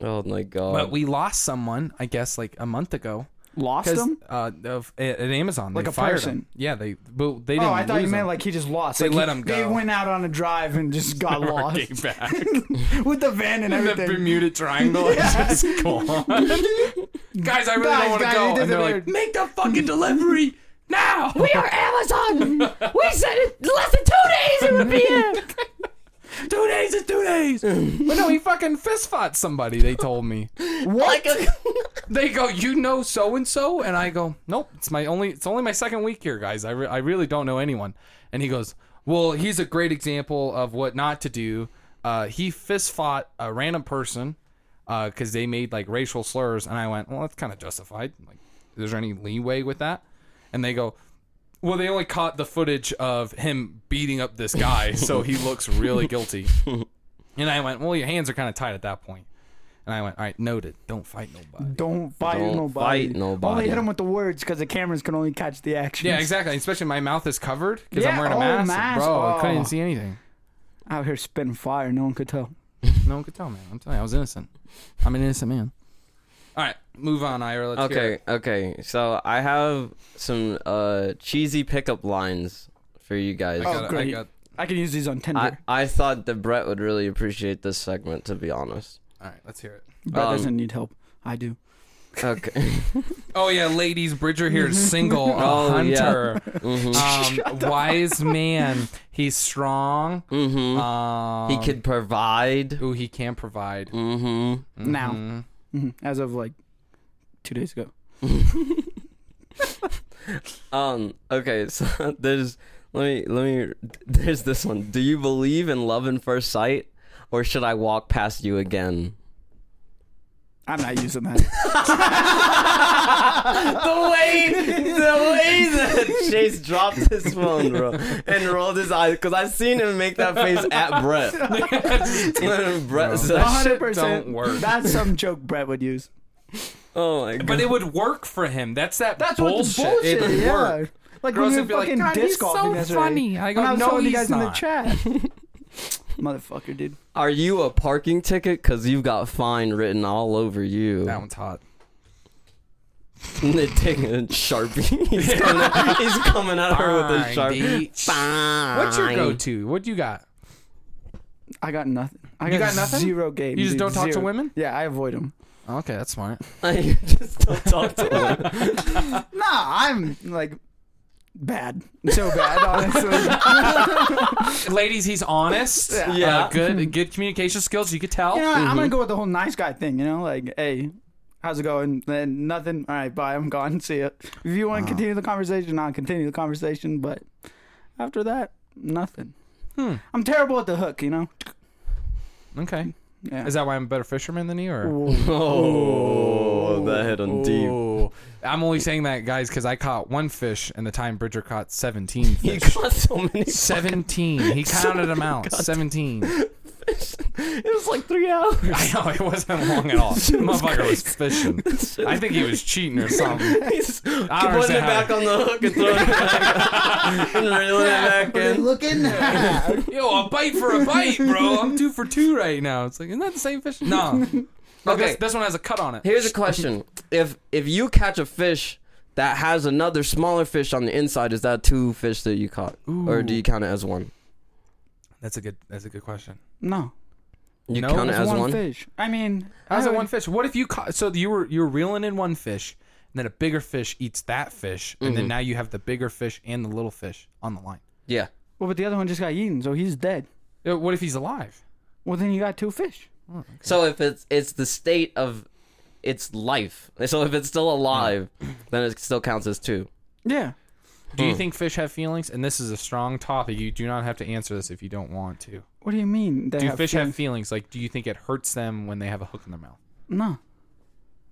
Speaker 4: Oh my god.
Speaker 3: But we lost someone, I guess, like a month ago.
Speaker 5: Lost
Speaker 3: 'Cause,
Speaker 5: them?
Speaker 3: Uh, of, at at Amazon,
Speaker 5: Like
Speaker 3: they
Speaker 5: a
Speaker 3: fired
Speaker 5: person?
Speaker 3: him. Yeah, they. But they didn't.
Speaker 5: Oh, I thought you
Speaker 3: lose
Speaker 5: meant
Speaker 3: him.
Speaker 5: like he just lost.
Speaker 3: They
Speaker 5: Like,
Speaker 3: let
Speaker 5: he-
Speaker 3: him
Speaker 5: They
Speaker 3: go.
Speaker 5: went out on a drive and just got
Speaker 3: Or
Speaker 5: lost
Speaker 3: came back.
Speaker 5: with the van and
Speaker 3: the
Speaker 5: everything.
Speaker 3: Bermuda Triangle is just gone. guys, I really
Speaker 5: Guys,
Speaker 3: don't want to
Speaker 5: guys,
Speaker 3: go.
Speaker 5: it
Speaker 3: And they're like,
Speaker 5: disappeared.
Speaker 3: make the fucking delivery now. We are Amazon. we said it less than two days it would be here. Two days is two days. But no, he fucking fist fought somebody, they told me.
Speaker 4: like
Speaker 3: uh,
Speaker 4: a-
Speaker 3: They go, you know so and so, and I go, nope. It's my only. It's only my second week here, guys. I, re- I really don't know anyone. And he goes, well, he's a great example of what not to do. Uh, he fist fought a random person because they made like racial slurs, and I went, well, that's kind of justified. Like, is there any leeway with that? And they go, well, they only caught the footage of him beating up this guy, so he looks really guilty. And I went, well, your hands are kind of tied at that point. And I went, all right, noted. Don't fight nobody.
Speaker 5: Don't fight
Speaker 4: Don't
Speaker 5: nobody.
Speaker 4: fight nobody.
Speaker 5: Only hit him with the words because the cameras can only catch the action.
Speaker 3: Yeah, exactly. Especially my mouth is covered because I'm
Speaker 5: Yeah,
Speaker 3: wearing a
Speaker 5: oh,
Speaker 3: mask.
Speaker 5: mask.
Speaker 3: Bro, I
Speaker 5: Oh.
Speaker 3: couldn't see anything.
Speaker 5: Out here spitting fire, no one could tell.
Speaker 3: No one could tell, man. I'm telling you, I was innocent. I'm an innocent man. All right, move on, Ira. Let's hear
Speaker 4: okay,
Speaker 3: it.
Speaker 4: okay. So I have some uh, cheesy pickup lines for you guys.
Speaker 3: I
Speaker 5: Oh,
Speaker 3: got, it, I
Speaker 5: great.
Speaker 3: got,
Speaker 5: I can use these on Tinder.
Speaker 4: I, I thought that Brett would really appreciate this segment, to be honest.
Speaker 3: all right, let's hear it.
Speaker 5: Brett
Speaker 4: um,
Speaker 5: doesn't need help. I do.
Speaker 4: Okay.
Speaker 3: Oh yeah, ladies, Bridger here is single, a
Speaker 4: Oh,
Speaker 3: hunter,
Speaker 4: hmm
Speaker 3: um, wise man. He's strong.
Speaker 4: hmm
Speaker 3: Um,
Speaker 4: he could provide.
Speaker 3: Ooh, he can provide.
Speaker 4: hmm
Speaker 5: Mm-hmm. Now.
Speaker 3: Mhm.
Speaker 5: Mhm. As of like two days ago.
Speaker 4: Um. Okay. So there's let me let me. There's this one. Do you believe in love in first sight, or should I walk past you again?
Speaker 5: I'm not using that.
Speaker 4: the way the way that Chase dropped his phone, bro, and rolled his eyes because I've seen him make that face at Brett. When Brett said,
Speaker 3: That shit
Speaker 5: 100%.
Speaker 3: don't work.
Speaker 5: That's some joke Brett would use.
Speaker 4: "Oh my god!"
Speaker 3: But it would work for him. That's that
Speaker 5: That's
Speaker 3: bullshit.
Speaker 5: what the
Speaker 3: It
Speaker 5: bullshit.
Speaker 3: would
Speaker 5: yeah.
Speaker 3: work.
Speaker 5: Like
Speaker 3: Girls
Speaker 5: when
Speaker 3: would
Speaker 5: you're
Speaker 3: be like,
Speaker 5: fucking
Speaker 3: "God,
Speaker 5: disc
Speaker 3: he's
Speaker 5: golfing,
Speaker 3: so
Speaker 5: that's right."
Speaker 3: funny. I go,
Speaker 5: when I was
Speaker 3: "No,
Speaker 5: telling you
Speaker 3: he's
Speaker 5: guys in the
Speaker 3: not."
Speaker 5: chat. Motherfucker, dude.
Speaker 4: Are you a parking ticket? Cause you've got fine written all over you.
Speaker 3: That one's hot.
Speaker 4: They're taking a sharpie. He's coming, he's coming at her with a
Speaker 3: Fine,
Speaker 4: sharpie.
Speaker 3: bitch.
Speaker 4: Fine.
Speaker 3: What's your go-to? What do you got?
Speaker 5: I got nothing. I
Speaker 3: You got nothing?
Speaker 5: Zero game.
Speaker 3: You just
Speaker 5: dude,
Speaker 3: don't talk to
Speaker 5: zero.
Speaker 3: women?
Speaker 5: Yeah, I avoid them.
Speaker 3: Okay, that's smart.
Speaker 4: I just don't talk to him.
Speaker 5: Nah, I'm like bad. So bad, honestly.
Speaker 3: Ladies, he's honest.
Speaker 5: Yeah.
Speaker 4: Yeah.
Speaker 3: Uh, good, good communication skills. You could tell.
Speaker 5: you know, I'm
Speaker 3: Mm-hmm.
Speaker 5: gonna go with the whole nice guy thing. You know, like, hey, how's it going? Then nothing. All right, bye. I'm gone. See ya. If you
Speaker 3: Ah.
Speaker 5: want to continue the conversation, I'll continue the conversation. But after that, nothing.
Speaker 3: Hmm.
Speaker 5: I'm terrible at the hook. You know.
Speaker 3: Okay.
Speaker 5: Yeah.
Speaker 3: Is that why I'm a better fisherman than you? Or
Speaker 4: Oh, that hit on deep.
Speaker 3: Ooh. I'm only saying that, guys, because I caught one fish in the time Bridger caught 17
Speaker 4: He
Speaker 3: fish.
Speaker 4: caught so many.
Speaker 3: 17. He counted them out. 17.
Speaker 4: It was like three hours.
Speaker 3: I know it wasn't long at all. Motherfucker was fishing.
Speaker 4: was
Speaker 3: I think he was cheating or something.
Speaker 4: He's putting it
Speaker 3: I don't understand how-
Speaker 4: back on the hook and throwing it back and reeling it back in.
Speaker 5: Looking
Speaker 3: Yo, a bite for a bite, bro. I'm two for two right now. It's like, isn't that the same fish? No.
Speaker 4: Okay.
Speaker 3: This, this one has a cut on it.
Speaker 4: Here's a question: If if you catch a fish that has another smaller fish on the inside, is that two fish that you caught, or do you count it as one?
Speaker 3: That's a good. That's a good question.
Speaker 5: No.
Speaker 4: You
Speaker 3: No,
Speaker 4: count it
Speaker 3: it's
Speaker 4: as
Speaker 5: one,
Speaker 4: one.
Speaker 5: fish. I mean,
Speaker 3: How's
Speaker 5: I
Speaker 3: it
Speaker 5: would-
Speaker 3: one fish? What if you caught? So you were you were reeling in one fish, and then a bigger fish eats that fish, and then now you have the bigger fish and the little fish on the line.
Speaker 4: Yeah.
Speaker 5: Well, but the other one just got eaten, so he's dead.
Speaker 3: Yo, What if he's alive?
Speaker 5: Well, then you got two fish.
Speaker 4: So if it's it's the state of its life, so if it's still alive, then it still counts as two.
Speaker 5: Yeah.
Speaker 3: Do you think fish have feelings? And this is a strong topic. You do not have to answer this if you don't want to.
Speaker 5: What do you mean? They
Speaker 3: Do
Speaker 5: have
Speaker 3: fish
Speaker 5: fin-
Speaker 3: have feelings? Like, do you think it hurts them when they have a hook in their mouth?
Speaker 5: No.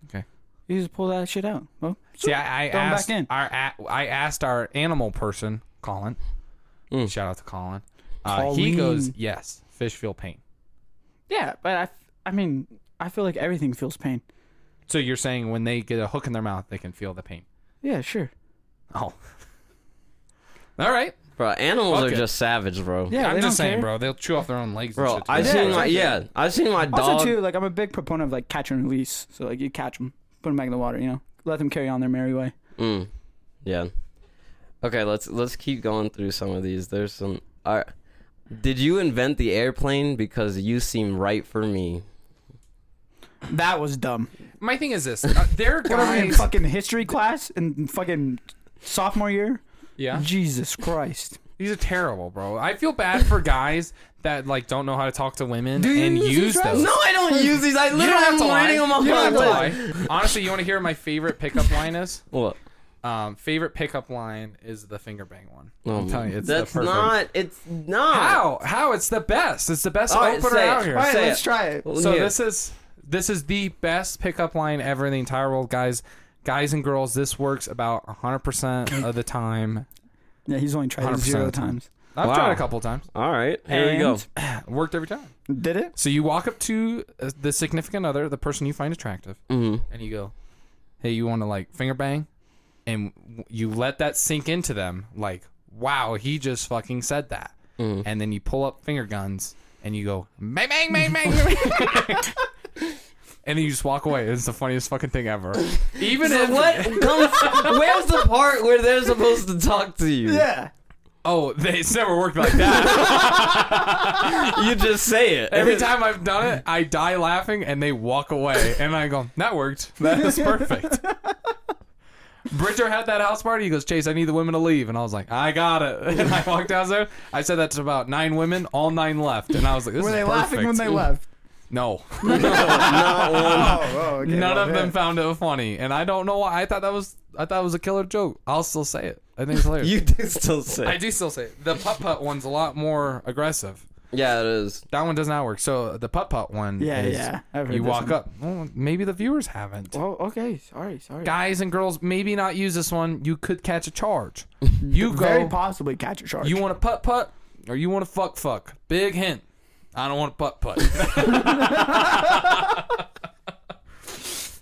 Speaker 3: Okay.
Speaker 5: You just pull that shit out. Well,
Speaker 3: See, I, I
Speaker 5: Throw 'em back
Speaker 3: asked
Speaker 5: in.
Speaker 3: our a- I asked our animal person, Colin. Shout out to Colin. Uh, he
Speaker 5: Colleen.
Speaker 3: goes, yes, fish feel pain.
Speaker 5: yeah, but I, f- I mean, I feel like everything feels pain.
Speaker 3: So you're saying when they get a hook in their mouth, they can feel the pain.
Speaker 5: Yeah, sure.
Speaker 3: Oh. All right.
Speaker 4: Bro, animals
Speaker 3: Fuck
Speaker 4: are
Speaker 3: it.
Speaker 4: just savage, bro.
Speaker 5: Yeah,
Speaker 3: I'm
Speaker 5: they
Speaker 3: just
Speaker 5: don't
Speaker 3: saying,
Speaker 5: care.
Speaker 3: bro. They'll chew off their own legs. and
Speaker 4: Bro,
Speaker 3: shit to
Speaker 4: I've
Speaker 3: get
Speaker 4: seen
Speaker 3: back.
Speaker 4: my yeah, I've seen my dog.
Speaker 5: Also, too, like I'm a big proponent of like catch and release. So like you catch them, put them back in the water. You know, let them carry on their merry way.
Speaker 4: Mm. Yeah. Okay, let's let's keep going through some of these. There's some. All right. Did you invent the airplane because you seem right for me?
Speaker 5: That was dumb.
Speaker 3: My thing is this: uh, they're
Speaker 5: What are we in
Speaker 3: guys.
Speaker 5: fucking history class in fucking sophomore year?
Speaker 3: yeah,
Speaker 5: Jesus Christ.
Speaker 3: these are terrible, bro. I feel bad for guys that like don't know how to talk to women and use those.
Speaker 4: I don't use these. I
Speaker 3: You don't have to lie. You
Speaker 4: off
Speaker 3: don't
Speaker 4: my
Speaker 3: have to
Speaker 4: list.
Speaker 3: lie. Honestly, you want to hear my favorite pickup line is?
Speaker 4: What?
Speaker 3: Um, favorite pickup line is the finger bang one.
Speaker 4: Oh,
Speaker 3: I'm telling you, it's
Speaker 4: that's
Speaker 3: the perfect.
Speaker 4: not. It's not.
Speaker 3: how how it's the best. It's the best
Speaker 4: All right,
Speaker 3: opener
Speaker 4: say it.
Speaker 3: out here.
Speaker 4: All right, Say
Speaker 5: let's
Speaker 4: it.
Speaker 5: try it.
Speaker 3: So
Speaker 4: Yeah.
Speaker 3: this is this is the best pickup line ever in the entire world, guys. Guys and girls, this works about 100% of the time.
Speaker 5: Yeah, he's only tried
Speaker 3: 100%
Speaker 5: it
Speaker 3: of
Speaker 5: zero
Speaker 3: the time.
Speaker 5: times.
Speaker 3: I've
Speaker 4: Wow.
Speaker 3: tried a couple times.
Speaker 4: All right. Here we go.
Speaker 3: Worked every time.
Speaker 5: Did it?
Speaker 3: So you walk up to uh, the significant other, the person you find attractive,
Speaker 4: Mhm.
Speaker 3: and you go, "Hey, you want to like finger bang?" And w- you let that sink into them, like, "Wow, he just fucking said that." And then you pull up finger guns and you go, "Bang, bang, bang, bang." bang. And then you just walk away. It's the funniest fucking thing ever. Even
Speaker 4: So
Speaker 3: if
Speaker 4: what comes? Where's the part where they're supposed to talk to you?
Speaker 5: Yeah.
Speaker 3: oh, they, it's never worked like that.
Speaker 4: You just say it
Speaker 3: Every time I've done it, I die laughing, and they walk away, and I go, "That worked. That is perfect." Bridger had that house party. He goes, "Chase, I need the women to leave," and I was like, "I got it." And I walked downstairs. I said that to about nine women. All nine left, and I was like, "This
Speaker 5: Were
Speaker 3: is
Speaker 5: they
Speaker 3: perfect."
Speaker 5: laughing when they left?
Speaker 3: no,
Speaker 4: Not one.
Speaker 5: Oh, oh okay.
Speaker 3: none
Speaker 5: well,
Speaker 3: of them found it funny, and I don't know why. I thought that was I thought it was a killer joke. I'll still say it. I think it's hilarious.
Speaker 4: You do still say.
Speaker 3: I do still say it. The putt putt one's a lot more aggressive.
Speaker 4: Yeah, it is.
Speaker 3: That one does not work. So the putt putt one.
Speaker 5: Yeah,
Speaker 3: is
Speaker 5: yeah. I've heard
Speaker 3: You
Speaker 5: this
Speaker 3: walk
Speaker 5: one.
Speaker 3: up. Well, maybe the viewers haven't.
Speaker 5: Oh, okay. Sorry, sorry.
Speaker 3: Guys and girls, maybe not use this one. You could catch a charge. You
Speaker 5: Very
Speaker 3: go.
Speaker 5: possibly catch a shark.
Speaker 3: You want to putt putt or you want to fuck fuck? Big hint. I don't want to putt putt.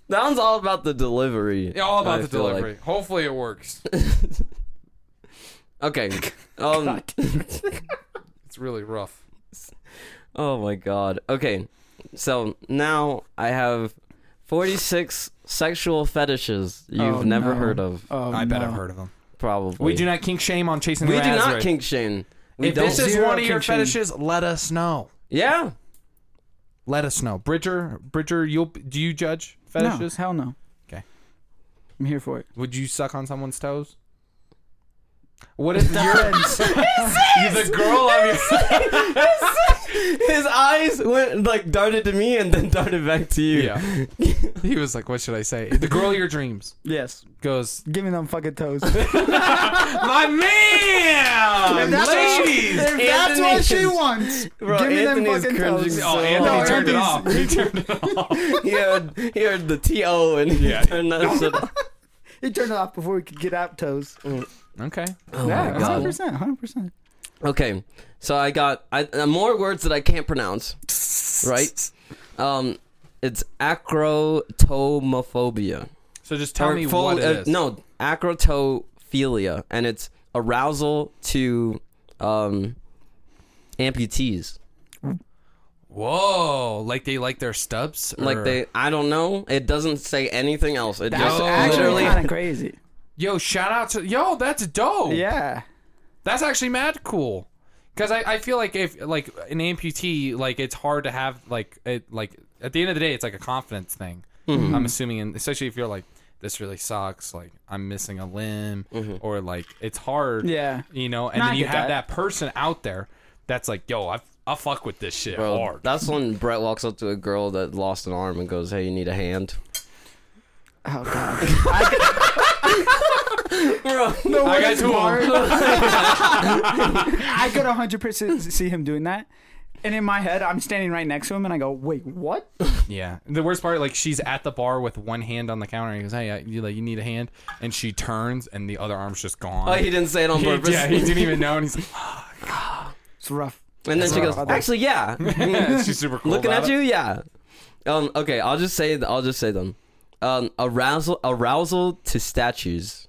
Speaker 4: That one's all about the delivery.
Speaker 3: It's all about
Speaker 4: I
Speaker 3: the
Speaker 4: feel like.
Speaker 3: delivery. Hopefully it works.
Speaker 4: Okay. Um.
Speaker 3: It's really rough.
Speaker 4: oh my god. Okay. So now I have forty-six sexual fetishes you've
Speaker 5: Oh,
Speaker 4: never
Speaker 5: no.
Speaker 4: heard of,
Speaker 5: Oh,
Speaker 3: I bet
Speaker 5: no.
Speaker 3: I've heard of them.
Speaker 4: probably.
Speaker 3: We do not kink shame on chasing the
Speaker 4: We do
Speaker 3: Raspberry.
Speaker 4: not kink shame. We
Speaker 3: If
Speaker 4: don't.
Speaker 3: this is
Speaker 5: Zero
Speaker 3: one of your
Speaker 5: kink shame.
Speaker 3: fetishes, let us know.
Speaker 4: yeah.
Speaker 3: Let us know. Bridger, Bridger, you'll do you judge
Speaker 5: No,
Speaker 3: fetishes?
Speaker 5: hell no.
Speaker 3: Okay.
Speaker 5: I'm here for it.
Speaker 3: Would you suck on someone's toes? What if you're
Speaker 5: Depends.
Speaker 3: you're the girl of your
Speaker 4: His eyes went like darted to me and then darted back to you.
Speaker 3: Yeah. He was like, What should I say? The girl of your dreams
Speaker 5: yes.
Speaker 3: goes,
Speaker 5: Give me them fucking toes.
Speaker 3: My man!
Speaker 5: that's what she-
Speaker 3: Ladies!
Speaker 5: if that's what
Speaker 4: Anthony
Speaker 5: she
Speaker 4: is-
Speaker 5: wants.
Speaker 4: Bro,
Speaker 5: give me
Speaker 4: Anthony's
Speaker 5: them fucking
Speaker 4: cringing
Speaker 5: toes.
Speaker 4: so
Speaker 3: Oh,
Speaker 4: hard.
Speaker 3: Anthony
Speaker 5: No,
Speaker 3: turned it
Speaker 5: Anthony's-
Speaker 3: off. He turned it off.
Speaker 4: he, heard, he heard the T.O. and he
Speaker 3: Yeah.
Speaker 4: turned that shit off.
Speaker 5: He turned it off before we could get out toes.
Speaker 3: Okay.
Speaker 4: Oh
Speaker 5: yeah,
Speaker 4: my god.
Speaker 5: 100%. 100%.
Speaker 4: Okay, so I got I, uh, more words that I can't pronounce. right? Um, it's acrotomophobia.
Speaker 3: So just tell
Speaker 4: Or
Speaker 3: me
Speaker 4: pho-
Speaker 3: what
Speaker 4: uh,
Speaker 3: it is.
Speaker 4: No, acrotophilia, and it's arousal to um, amputees.
Speaker 3: Whoa, like they like their stubs?
Speaker 4: Like
Speaker 3: Or-
Speaker 4: they, I don't know. It doesn't say anything else. It
Speaker 5: That's
Speaker 4: just
Speaker 5: actually
Speaker 4: literally.
Speaker 5: kind of crazy.
Speaker 3: Yo, shout out to yo, that's dope.
Speaker 5: Yeah.
Speaker 3: That's actually mad cool. Cause I, I feel like if like an amputee, like it's hard to have like it like at the end of the day it's like a confidence thing. I'm assuming and especially if you're like, this really sucks, like I'm missing a limb or like it's hard.
Speaker 5: Yeah.
Speaker 3: You know, and
Speaker 5: No, I
Speaker 3: then you
Speaker 5: get
Speaker 3: have
Speaker 5: that.
Speaker 3: that. person out there that's like, yo, I I fuck with this shit
Speaker 4: Bro,
Speaker 3: hard.
Speaker 4: that's when Brett walks up to a girl that lost an arm and goes, "Hey, you need a hand."
Speaker 5: Oh god.
Speaker 4: Bro,
Speaker 3: I got two arms.
Speaker 5: I could 100% see him doing that. And in my head, I'm standing right next to him and I go, wait, what?
Speaker 3: Yeah. The worst part, like she's at the bar with one hand on the counter. And he goes, "Hey, I, you like you need a hand?" And she turns, and the other arm's just gone.
Speaker 4: oh, he didn't say it on
Speaker 3: He-
Speaker 4: purpose.
Speaker 3: yeah, he didn't even know. And he's like,
Speaker 5: It's rough.
Speaker 4: and then she goes,
Speaker 5: Brother.
Speaker 4: "Actually, yeah."
Speaker 3: yeah, she's super cool.
Speaker 4: Looking
Speaker 3: about
Speaker 4: at
Speaker 3: it.
Speaker 4: you, yeah. Um, okay, I'll just say I'll just say them. Um, arousal, arousal to statues.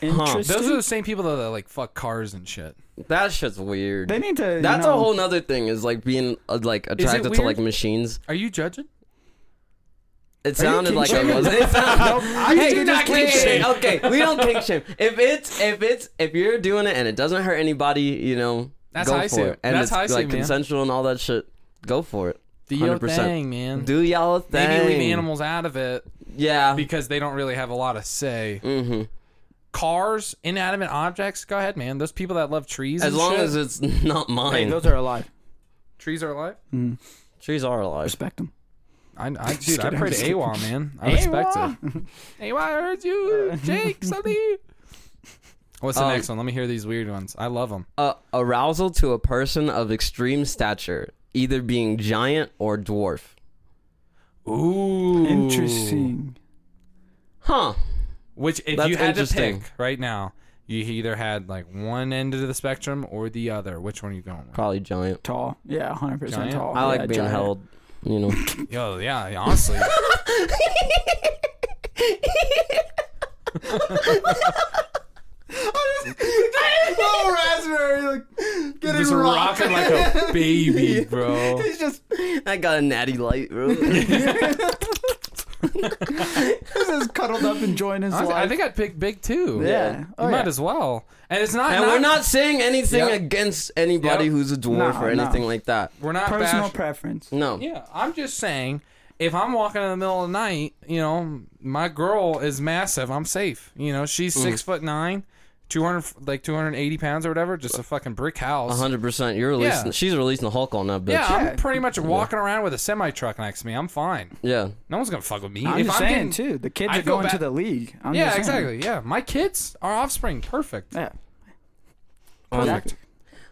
Speaker 5: Interesting.
Speaker 3: Those are the same people though, that like fuck cars and shit.
Speaker 4: That shit's weird.
Speaker 5: they need to.
Speaker 4: That's
Speaker 5: you know,
Speaker 4: a whole nother thing. Is like being uh, like attracted to
Speaker 3: weird?
Speaker 4: like machines.
Speaker 3: Are you judging?
Speaker 4: It sounded like I
Speaker 5: kidding?
Speaker 4: was. It sounded,
Speaker 5: I
Speaker 4: hey,
Speaker 5: do not
Speaker 4: kink
Speaker 5: kink shame.
Speaker 4: Okay, we don't kink shame. If it's if it's if you're doing it and it doesn't hurt anybody, you know,
Speaker 3: That's
Speaker 4: go
Speaker 3: how I
Speaker 4: for
Speaker 3: see
Speaker 4: it.
Speaker 3: it.
Speaker 4: And
Speaker 3: That's
Speaker 4: it's
Speaker 3: how I see
Speaker 4: like
Speaker 3: it, man.
Speaker 4: consensual and all that shit. Go for it.
Speaker 3: Do your
Speaker 4: 100%.
Speaker 3: thing, man.
Speaker 4: Do y'all thing.
Speaker 3: Maybe leave animals out of it
Speaker 4: Yeah.
Speaker 3: because they don't really have a lot of say.
Speaker 4: Mhm.
Speaker 3: Cars, inanimate objects. Go ahead, man. Those people that love trees.
Speaker 4: As
Speaker 3: and
Speaker 4: long
Speaker 3: shit.
Speaker 4: as it's not
Speaker 5: Hey,
Speaker 4: mine.
Speaker 5: those are alive.
Speaker 3: trees are alive.
Speaker 4: Mm. Trees are alive.
Speaker 5: Respect them.
Speaker 3: I, I dude, I pray to AWOL, man. I respect it. AWOL, I heard you, Jake, something. What's the
Speaker 4: Um,
Speaker 3: next one? Let me hear these weird ones. I love them.
Speaker 4: Uh, arousal to a person of extreme stature, either being giant or dwarf.
Speaker 3: Ooh,
Speaker 5: Interesting.
Speaker 4: Huh.
Speaker 3: Which, if
Speaker 4: That's
Speaker 3: you had to
Speaker 4: interesting.
Speaker 3: pick right now, you either had like one end of the spectrum or the other. Which one are you going with?
Speaker 4: Probably giant.
Speaker 5: Tall. Yeah, 100%
Speaker 3: Giant.
Speaker 5: tall.
Speaker 4: I like
Speaker 5: Yeah,
Speaker 4: being
Speaker 5: giant.
Speaker 4: held, you know.
Speaker 3: Yo, yeah, honestly,
Speaker 5: Oh, raspberry. Like, getting
Speaker 3: just
Speaker 5: rocked.
Speaker 3: rocking like a baby, bro.
Speaker 5: It's just,
Speaker 4: I got a natty light, bro.
Speaker 5: he's just cuddled up enjoying his
Speaker 3: Honestly,
Speaker 5: life.
Speaker 3: I think I'd pick big too.
Speaker 5: Yeah.
Speaker 3: you
Speaker 5: Oh,
Speaker 3: might
Speaker 5: yeah.
Speaker 3: as well. And it's not.
Speaker 4: and we're not saying anything
Speaker 3: Yep.
Speaker 4: against anybody
Speaker 3: Yep.
Speaker 4: who's a dwarf
Speaker 5: No,
Speaker 4: or
Speaker 5: no.
Speaker 4: anything like that.
Speaker 3: We're not
Speaker 5: Personal
Speaker 3: bash-
Speaker 5: preference.
Speaker 4: No.
Speaker 3: Yeah, I'm just saying, if I'm walking in the middle of the night, you know, my girl is massive. I'm safe. You know, she's six foot nine, two hundred like two hundred eighty pounds or whatever, just a fucking brick house.
Speaker 4: 100%. You're releasing.
Speaker 3: Yeah.
Speaker 4: She's releasing the Hulk on that bitch.
Speaker 3: Yeah,
Speaker 5: Yeah.
Speaker 3: I'm pretty much walking around with a semi truck next to me. I'm fine.
Speaker 4: Yeah.
Speaker 3: No one's gonna fuck with me.
Speaker 5: I'm
Speaker 3: if
Speaker 5: just
Speaker 3: I'm
Speaker 5: saying,
Speaker 3: getting-
Speaker 5: too. The kids
Speaker 3: I
Speaker 5: are
Speaker 3: go
Speaker 5: going to
Speaker 3: back-
Speaker 5: the league. I'm
Speaker 3: Yeah,
Speaker 5: just saying.
Speaker 3: exactly. Yeah, my kids are offspring. Perfect.
Speaker 5: Yeah.
Speaker 4: Perfect.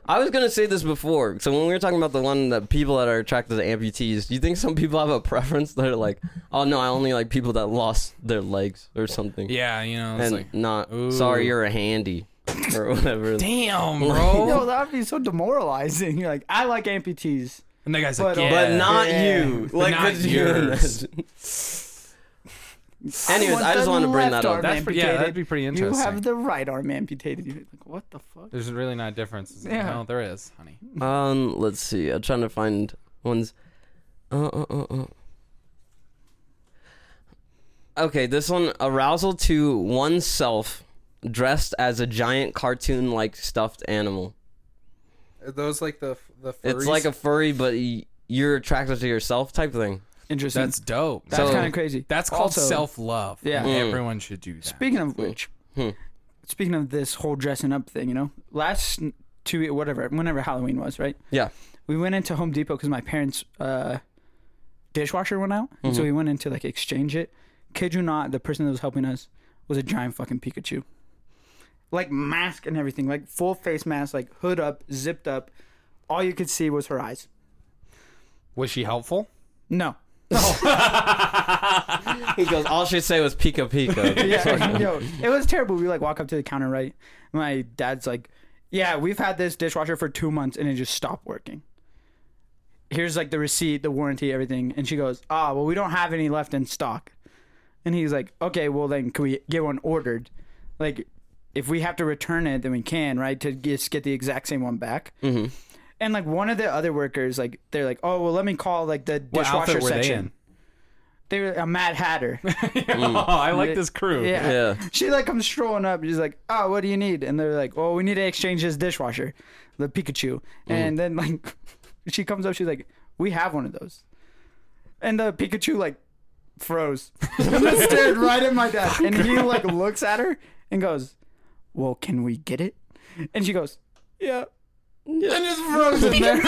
Speaker 4: I was gonna say this before. So when we were talking about the one that people that are attracted to amputees, do you think some people have a preference? They're like, oh no, I only like people that lost their legs or something.
Speaker 3: Yeah, you know, it's
Speaker 4: and
Speaker 3: like,
Speaker 4: not
Speaker 3: ooh.
Speaker 4: sorry, you're a handy or whatever.
Speaker 3: damn,
Speaker 5: Yo,
Speaker 3: bro.
Speaker 5: that would be so demoralizing. You're like, I like amputees.
Speaker 3: and that guy's like,
Speaker 5: But- uh,
Speaker 3: yeah.
Speaker 4: But not
Speaker 5: Yeah.
Speaker 4: you. Like
Speaker 3: not
Speaker 4: could you
Speaker 3: yours.
Speaker 4: imagine? Anyways,
Speaker 5: want
Speaker 4: I just
Speaker 5: the
Speaker 4: wanted to bring that
Speaker 5: left
Speaker 4: up.
Speaker 5: arm
Speaker 3: That's pre- yeah,
Speaker 5: amputated.
Speaker 3: that'd be pretty
Speaker 5: You
Speaker 3: interesting.
Speaker 5: have the right arm amputated. You're like, what the fuck?
Speaker 3: There's really not a difference. It's like,
Speaker 5: Yeah.
Speaker 3: No, there is, honey.
Speaker 4: Um, let's see. I'm trying to find ones. Uh, uh, uh, uh. Okay, this one arousal to oneself dressed as a giant cartoon-like stuffed animal.
Speaker 3: Are those like the the
Speaker 4: It's like a furry, but y- you're attracted to yourself type thing.
Speaker 5: Interesting.
Speaker 3: that's dope.
Speaker 5: That's
Speaker 4: So-
Speaker 5: kind of crazy.
Speaker 3: That's called
Speaker 5: Also,
Speaker 3: self love.
Speaker 5: Yeah. Mm.
Speaker 3: Everyone should do that.
Speaker 5: Speaking of which,
Speaker 4: Hmm.
Speaker 5: speaking of this whole dressing up thing, you know, last two whatever, whenever Halloween was, right?
Speaker 4: Yeah.
Speaker 5: We went into Home Depot because my parents' uh, dishwasher went out, and so we went in to like exchange it. Kid you not, the person that was helping us was a giant fucking Pikachu, like mask and everything, like full face mask, like hood up, zipped up. All you could see was her eyes.
Speaker 3: was she helpful?
Speaker 5: No.
Speaker 4: He goes, all she say was Pika Pika.
Speaker 5: Yeah, yo, it was terrible. We like walk up to the counter, right? My dad's like, "Yeah, we've had this dishwasher for two months and it just stopped working." here's like the receipt, the warranty, everything. And she goes, ah, well, we don't have any left in stock. And he's like, okay, well then, can we get one ordered? Like, if we have to return it, then we can, right? To just get the exact same one back. Mm-hmm. And like one of the other workers, like they're like, oh, well, let me call like the
Speaker 3: What
Speaker 5: dishwasher
Speaker 3: outfit were they in?
Speaker 5: section. They were a Mad Hatter.
Speaker 4: Mm.
Speaker 3: oh, I like this crew.
Speaker 5: Yeah.
Speaker 4: Yeah.
Speaker 5: She like comes strolling up. She's like, "Oh, what do you need?" And they're like, "Well, we need to exchange this dishwasher, the Pikachu."
Speaker 4: Mm-hmm.
Speaker 5: And then like, she comes up. She's like, "We have one of those." And the Pikachu like froze and then stared right at my dad. And he like looks at her and goes, "Well, can we get it?" And she goes, "Yeah." And just froze in there.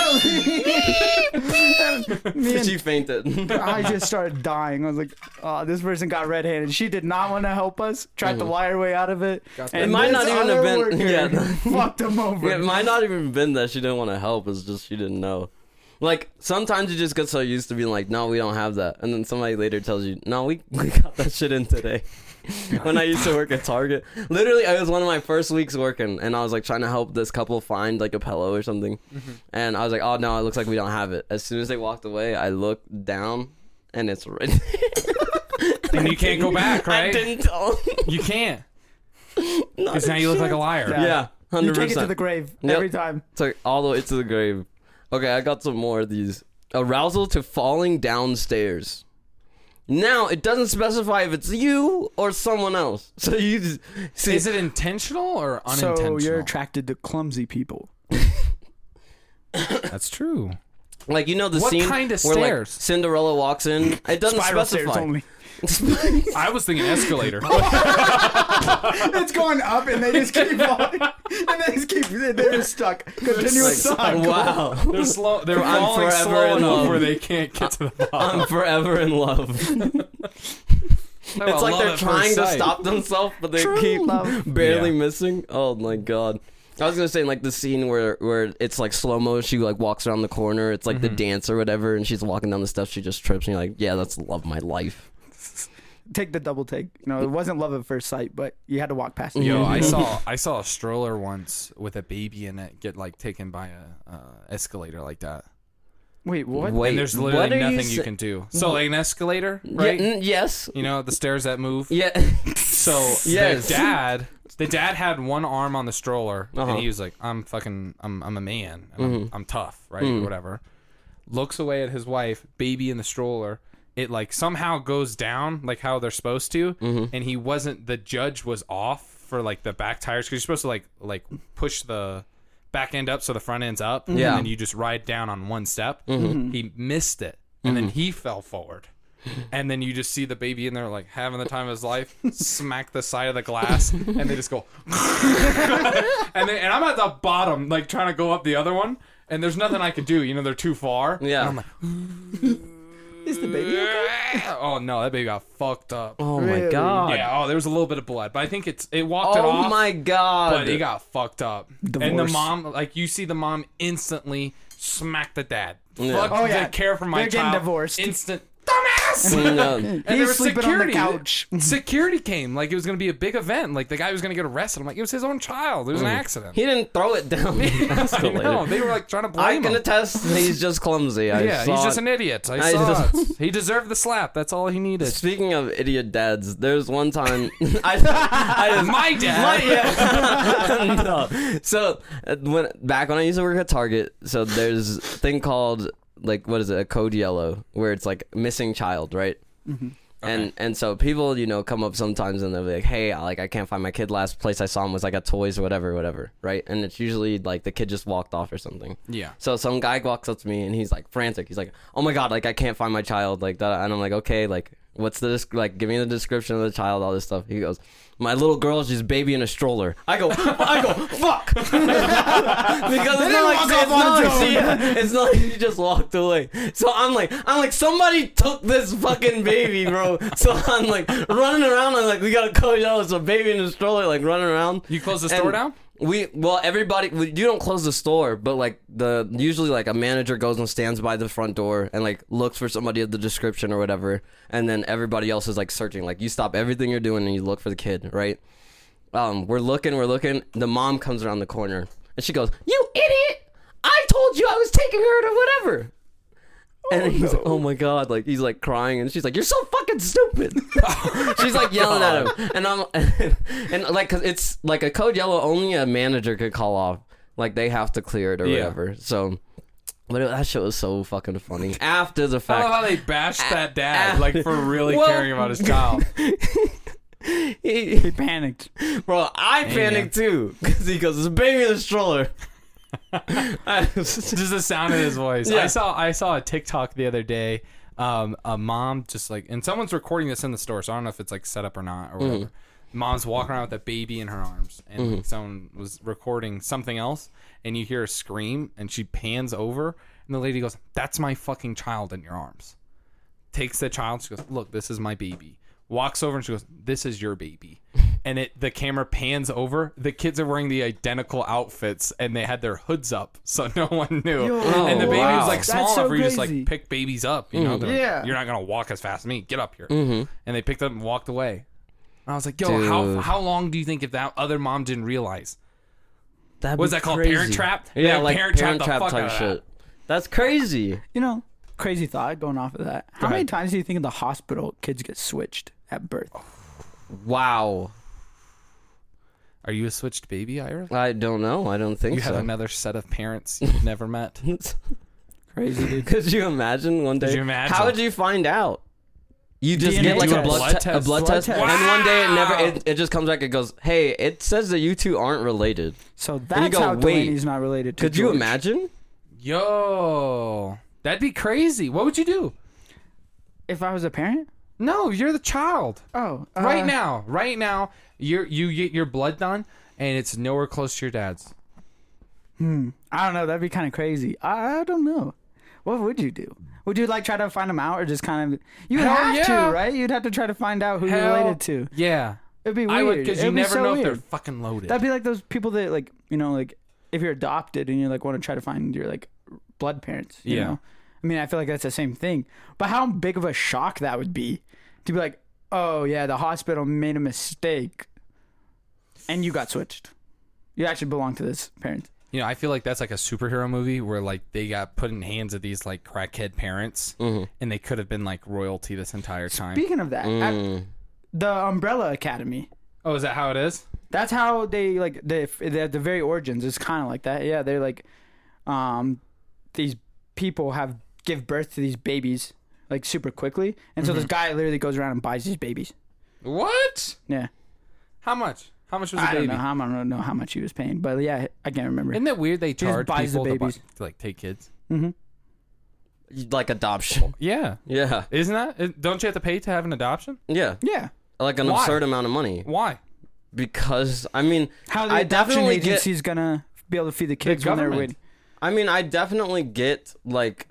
Speaker 5: Me and
Speaker 4: She fainted.
Speaker 5: I just started dying. I was like, oh, this person got red handed. She did not want to help us. Tried to lie her way out of it. And
Speaker 4: Mm. It might
Speaker 5: this
Speaker 4: not even have
Speaker 5: other
Speaker 4: been-
Speaker 5: worker
Speaker 4: yeah.
Speaker 5: fucked him over.
Speaker 4: It might not even been that she didn't want to help. It's just she didn't know. Like sometimes you just get so used to being like, no, we don't have that, and then somebody later tells you, no, we, we got that shit in today. when I used to work at Target, literally, it was one of my first weeks working, and I was like trying to help this couple find like a pillow or something,
Speaker 3: Mm-hmm.
Speaker 4: and I was like, oh no, it looks like we don't have it. As soon as they walked away, I looked down, and it's right.
Speaker 3: And you can't go back,
Speaker 4: I
Speaker 3: right?
Speaker 4: didn't tell.
Speaker 3: You can't.
Speaker 4: Not
Speaker 3: Because now
Speaker 4: a
Speaker 3: you look like
Speaker 4: chance.
Speaker 3: a liar.
Speaker 5: Yeah.
Speaker 4: yeah,
Speaker 5: You
Speaker 4: hundred
Speaker 5: take it to
Speaker 4: percent.
Speaker 5: the grave
Speaker 4: Yep.
Speaker 5: every time.
Speaker 4: Took all the way to the grave. Okay, I got some more of these. Arousal to falling downstairs. Now it doesn't specify if it's you or someone else. So you just, see,
Speaker 3: Is it intentional or
Speaker 5: So
Speaker 3: unintentional?
Speaker 5: you're attracted to clumsy people.
Speaker 3: That's true.
Speaker 4: like you know the
Speaker 3: What
Speaker 4: scene
Speaker 3: kind of
Speaker 4: where like
Speaker 3: stairs?
Speaker 4: Cinderella walks in. It doesn't
Speaker 5: Spiral stairs
Speaker 4: specify.
Speaker 5: only.
Speaker 3: I was thinking escalator.
Speaker 4: Oh,
Speaker 5: It's going up and they just keep falling. and they just keep, they're just stuck. Continuous cycle.
Speaker 4: wow,
Speaker 3: They're slow. They're
Speaker 4: I'm
Speaker 3: falling
Speaker 4: forever
Speaker 3: slow
Speaker 4: in
Speaker 3: enough
Speaker 4: love.
Speaker 3: where they can't get to the bottom.
Speaker 4: I'm forever in love. It's like they're trying to stop themselves, but they keep
Speaker 5: love.
Speaker 4: barely
Speaker 3: Yeah.
Speaker 4: missing. Oh my god! I was gonna say like the scene where where it's like slow mo. She like walks around the corner. It's like
Speaker 3: Mm-hmm.
Speaker 4: the dance or whatever, and she's walking down the steps. She just trips, and you're like, yeah, that's the love of my life.
Speaker 5: Take the double take. No, it wasn't love at first sight, but you had to walk past it.
Speaker 3: Yo, I saw I saw a stroller once with a baby in it get like taken by a uh, escalator like that.
Speaker 5: Wait, what?
Speaker 4: Wait,
Speaker 3: And there's
Speaker 4: what
Speaker 3: literally
Speaker 4: are
Speaker 3: nothing you,
Speaker 4: sa-
Speaker 3: can do. So like an escalator,
Speaker 4: Yeah,
Speaker 3: right?
Speaker 4: mm, yes.
Speaker 3: you know the stairs that move.
Speaker 4: Yeah.
Speaker 3: So
Speaker 4: Yes.
Speaker 3: the dad, the dad had one arm on the stroller,
Speaker 4: Uh-huh. Mm-hmm.
Speaker 3: and he was like, "I'm fucking, I'm, I'm a man, and I'm, I'm tough, right? Whatever." Looks away at his wife, baby in the stroller. It like somehow goes down like how they're supposed to,
Speaker 4: Mm-hmm.
Speaker 3: and he wasn't. The judge was off for like the back tires because you're supposed to like like push the back end up so the front end's up,
Speaker 4: Yeah. Mm-hmm.
Speaker 3: and then you just ride down on one step. He missed it, and then he fell forward and then you just see the baby in there like having the time of his life smack the side of the glass and they just go and, they, and i'm at the bottom like trying to go up the other one and there's nothing i could do you know they're too far And
Speaker 4: Yeah.
Speaker 3: i'm like
Speaker 5: Is the baby okay?
Speaker 3: oh no that baby got fucked up
Speaker 4: Oh my
Speaker 5: Really?
Speaker 4: god.
Speaker 3: yeah oh there was a little bit of blood but i think it's it walked it
Speaker 4: Oh
Speaker 3: off
Speaker 4: my god.
Speaker 3: but he got fucked up and the
Speaker 5: Divorce.
Speaker 3: mom like you see the mom instantly smack the dad
Speaker 4: Yeah.
Speaker 3: fuck
Speaker 5: Oh, yeah.
Speaker 3: the care for my
Speaker 5: They're getting
Speaker 3: child
Speaker 5: divorced.
Speaker 3: instant dumbass
Speaker 4: Yeah.
Speaker 3: and there
Speaker 5: He's
Speaker 3: was
Speaker 5: sleeping on the
Speaker 3: security.
Speaker 5: couch.
Speaker 3: security came like it was going to be a big event. Like the guy was going to get arrested. I'm like, it was his own child. It was an accident.
Speaker 4: Mm. He didn't throw it down. the
Speaker 3: I
Speaker 4: escalator.
Speaker 3: know. They were like trying to
Speaker 4: I
Speaker 3: blame
Speaker 4: can
Speaker 3: him.
Speaker 4: attest he's just clumsy. I
Speaker 3: Yeah,
Speaker 4: saw
Speaker 3: he's just
Speaker 4: it.
Speaker 3: an idiot. I,
Speaker 4: I
Speaker 3: saw
Speaker 4: just-
Speaker 3: it. He deserved the slap. That's all he needed.
Speaker 4: Speaking of idiot dads, there's one time I, I
Speaker 3: My dad.
Speaker 4: My- yeah. No. So uh, when back when I used to work at Target, so there's a thing called like what is it, a code yellow, where it's like missing child, right? And and so people you know come up sometimes and they'll be like, hey, I- like I can't find my kid. Last place I saw him was like at Toys or whatever, whatever, right? And it's usually like the kid just walked off or something.
Speaker 3: Yeah.
Speaker 4: So some guy walks up to me and he's like frantic. He's like, "Oh my god, like I can't find my child." Like that, and I'm like, "Okay, like what's the desc- like? Give me the description of the child, all this stuff." He goes, "My little girl, she's baby in a stroller." I go, I go, fuck, because it's not like
Speaker 5: walk
Speaker 4: it's
Speaker 5: off on
Speaker 4: not, like,
Speaker 5: its own.
Speaker 4: see, it's not like he just walked away. So I'm like, I'm like, somebody took this fucking baby, bro. So I'm like running around. I'm like, we gotta call you out. It's a baby in a stroller, like running around.
Speaker 3: You close the store
Speaker 4: And
Speaker 3: down?
Speaker 4: We well, everybody. We, you don't close the store, but like the usually like a manager goes and stands by the front door and like looks for somebody of the description or whatever, and then everybody else is like searching. Like you stop everything you're doing and you look for the kid, right? Um, we're looking, we're looking. The mom comes around the corner and she goes, "You idiot! I told you I was taking her to whatever." and he's like, oh my god, like he's like crying, and she's like, you're so fucking stupid. she's like yelling at him, and I'm and, like, 'cause it's like a code yellow only a manager could call off. Like they have to clear it or whatever. So, but it, that shit was so fucking funny. After the
Speaker 3: I
Speaker 4: fact,
Speaker 3: love how they bashed that dad like for really caring about his child.
Speaker 4: he-
Speaker 5: He panicked.
Speaker 4: Oh, Bro, I panicked too because he goes, "It's a baby in the stroller." I was-
Speaker 3: just the sound of his voice.
Speaker 4: Yeah.
Speaker 3: I saw I saw a TikTok the other day. Um, a mom just like and someone's recording this in the store, so I don't know if it's like set up or not or whatever. Mom's walking around with a baby in her arms, and like, someone was recording something else, and you hear a scream, and she pans over, and the lady goes, "That's my fucking child in your arms." Takes the child, she goes, "Look, this is my baby." Walks over and she goes, "This is your baby," and it the camera pans over. The kids are wearing the identical outfits, and they had their hoods up, so no one knew
Speaker 5: Yo.
Speaker 3: and the baby
Speaker 4: wow.
Speaker 3: was like
Speaker 5: That's
Speaker 3: small
Speaker 5: so
Speaker 3: enough where you just
Speaker 5: crazy. Mm-hmm.
Speaker 3: like pick babies up. You know, They're like,
Speaker 5: Yeah. Mm-hmm.
Speaker 3: you're not gonna walk as fast as me. Get up here. And they picked up and walked away. And I was like, yo, how
Speaker 4: Dude.
Speaker 3: how long do you think if that other mom didn't realize?
Speaker 4: That'd
Speaker 3: What's
Speaker 4: be
Speaker 3: that called?
Speaker 4: crazy.
Speaker 3: Parent trap?
Speaker 4: Yeah,
Speaker 3: Yeah,
Speaker 4: like
Speaker 3: parent trap
Speaker 4: parent,
Speaker 3: the
Speaker 4: trap,
Speaker 3: fuck
Speaker 4: type
Speaker 3: out of
Speaker 4: shit. That's crazy.
Speaker 5: You know, crazy thought going off of that. How many
Speaker 3: ahead. Oh,
Speaker 5: times do you think in the hospital kids get switched at birth?
Speaker 4: Wow.
Speaker 3: Are you a switched baby, Ira?
Speaker 4: I don't know. I don't think
Speaker 3: You have
Speaker 4: so.
Speaker 3: another set of parents you've never met.
Speaker 5: Crazy, dude.
Speaker 4: Could you imagine one day?
Speaker 3: you imagine?
Speaker 4: How would you find out? You just
Speaker 5: DNA
Speaker 4: get like
Speaker 5: Do
Speaker 4: a
Speaker 5: a
Speaker 4: blood,
Speaker 3: blood
Speaker 4: te- a
Speaker 3: test.
Speaker 4: blood
Speaker 5: Blood
Speaker 4: test,
Speaker 5: test.
Speaker 4: and then one day it never it, it just comes back. It goes, hey, it says that you two aren't related.
Speaker 5: So that's
Speaker 4: go,
Speaker 5: how
Speaker 4: "Wait,
Speaker 5: Delaney's not related to
Speaker 4: Could you
Speaker 5: George.
Speaker 4: imagine?
Speaker 3: Yo. That'd be crazy. What would you do?
Speaker 5: If I was a parent?
Speaker 3: No, you're the child.
Speaker 5: Oh, uh,
Speaker 3: Right now. Right now, you're you get your blood done and it's nowhere close to your dad's.
Speaker 5: I don't know. That'd be kind of crazy. I, I don't know. What would you do? Would you like try to find them out, or just kind of? You would
Speaker 3: Hell
Speaker 5: have
Speaker 3: yeah.
Speaker 5: to, right? You'd have to try to find out who
Speaker 3: Hell-
Speaker 5: you're related to.
Speaker 3: Yeah.
Speaker 5: It'd be weird.
Speaker 3: I would because you
Speaker 5: It'd be
Speaker 3: never
Speaker 5: so
Speaker 3: know if
Speaker 5: weird.
Speaker 3: they're fucking loaded.
Speaker 5: That'd be like those people that like you know like if you're adopted and you like want to try to find your like blood parents. You
Speaker 3: Yeah.
Speaker 5: Know? I mean, I feel like that's the same thing. But how big of a shock that would be to be like, oh yeah, the hospital made a mistake, and you got switched. You actually belong to this parent.
Speaker 3: You know, I feel like that's like a superhero movie where like they got put in hands of these like crackhead parents, and they could have been like royalty this entire time.
Speaker 5: Speaking of that, at the Umbrella Academy.
Speaker 3: oh, is that how it is?
Speaker 5: That's how they like they they at the very origins. It's kind of like that. Yeah, they're like, um, these people have give birth to these babies like super quickly, and so this guy literally goes around and buys these babies.
Speaker 3: What?
Speaker 5: Yeah,
Speaker 3: How much? How much was the
Speaker 5: I don't
Speaker 3: baby?
Speaker 5: know how I don't know how much he was paying, but yeah, I can't remember.
Speaker 3: Isn't it weird they
Speaker 5: just
Speaker 3: charge
Speaker 5: buys the
Speaker 3: people to, buy,
Speaker 5: babies.
Speaker 3: to like take kids?
Speaker 4: Like adoption?
Speaker 3: Yeah,
Speaker 4: Yeah,
Speaker 3: isn't that? is- Don't you have to pay to have an adoption?
Speaker 4: yeah,
Speaker 5: yeah,
Speaker 4: like an
Speaker 3: Why?
Speaker 4: absurd amount of money.
Speaker 3: Why?
Speaker 4: because I mean,
Speaker 5: how the
Speaker 4: I
Speaker 5: adoption
Speaker 4: definitely get.
Speaker 5: agency's gonna be able to feed the kids when they're
Speaker 3: government.
Speaker 5: waiting.
Speaker 4: I mean, I definitely get like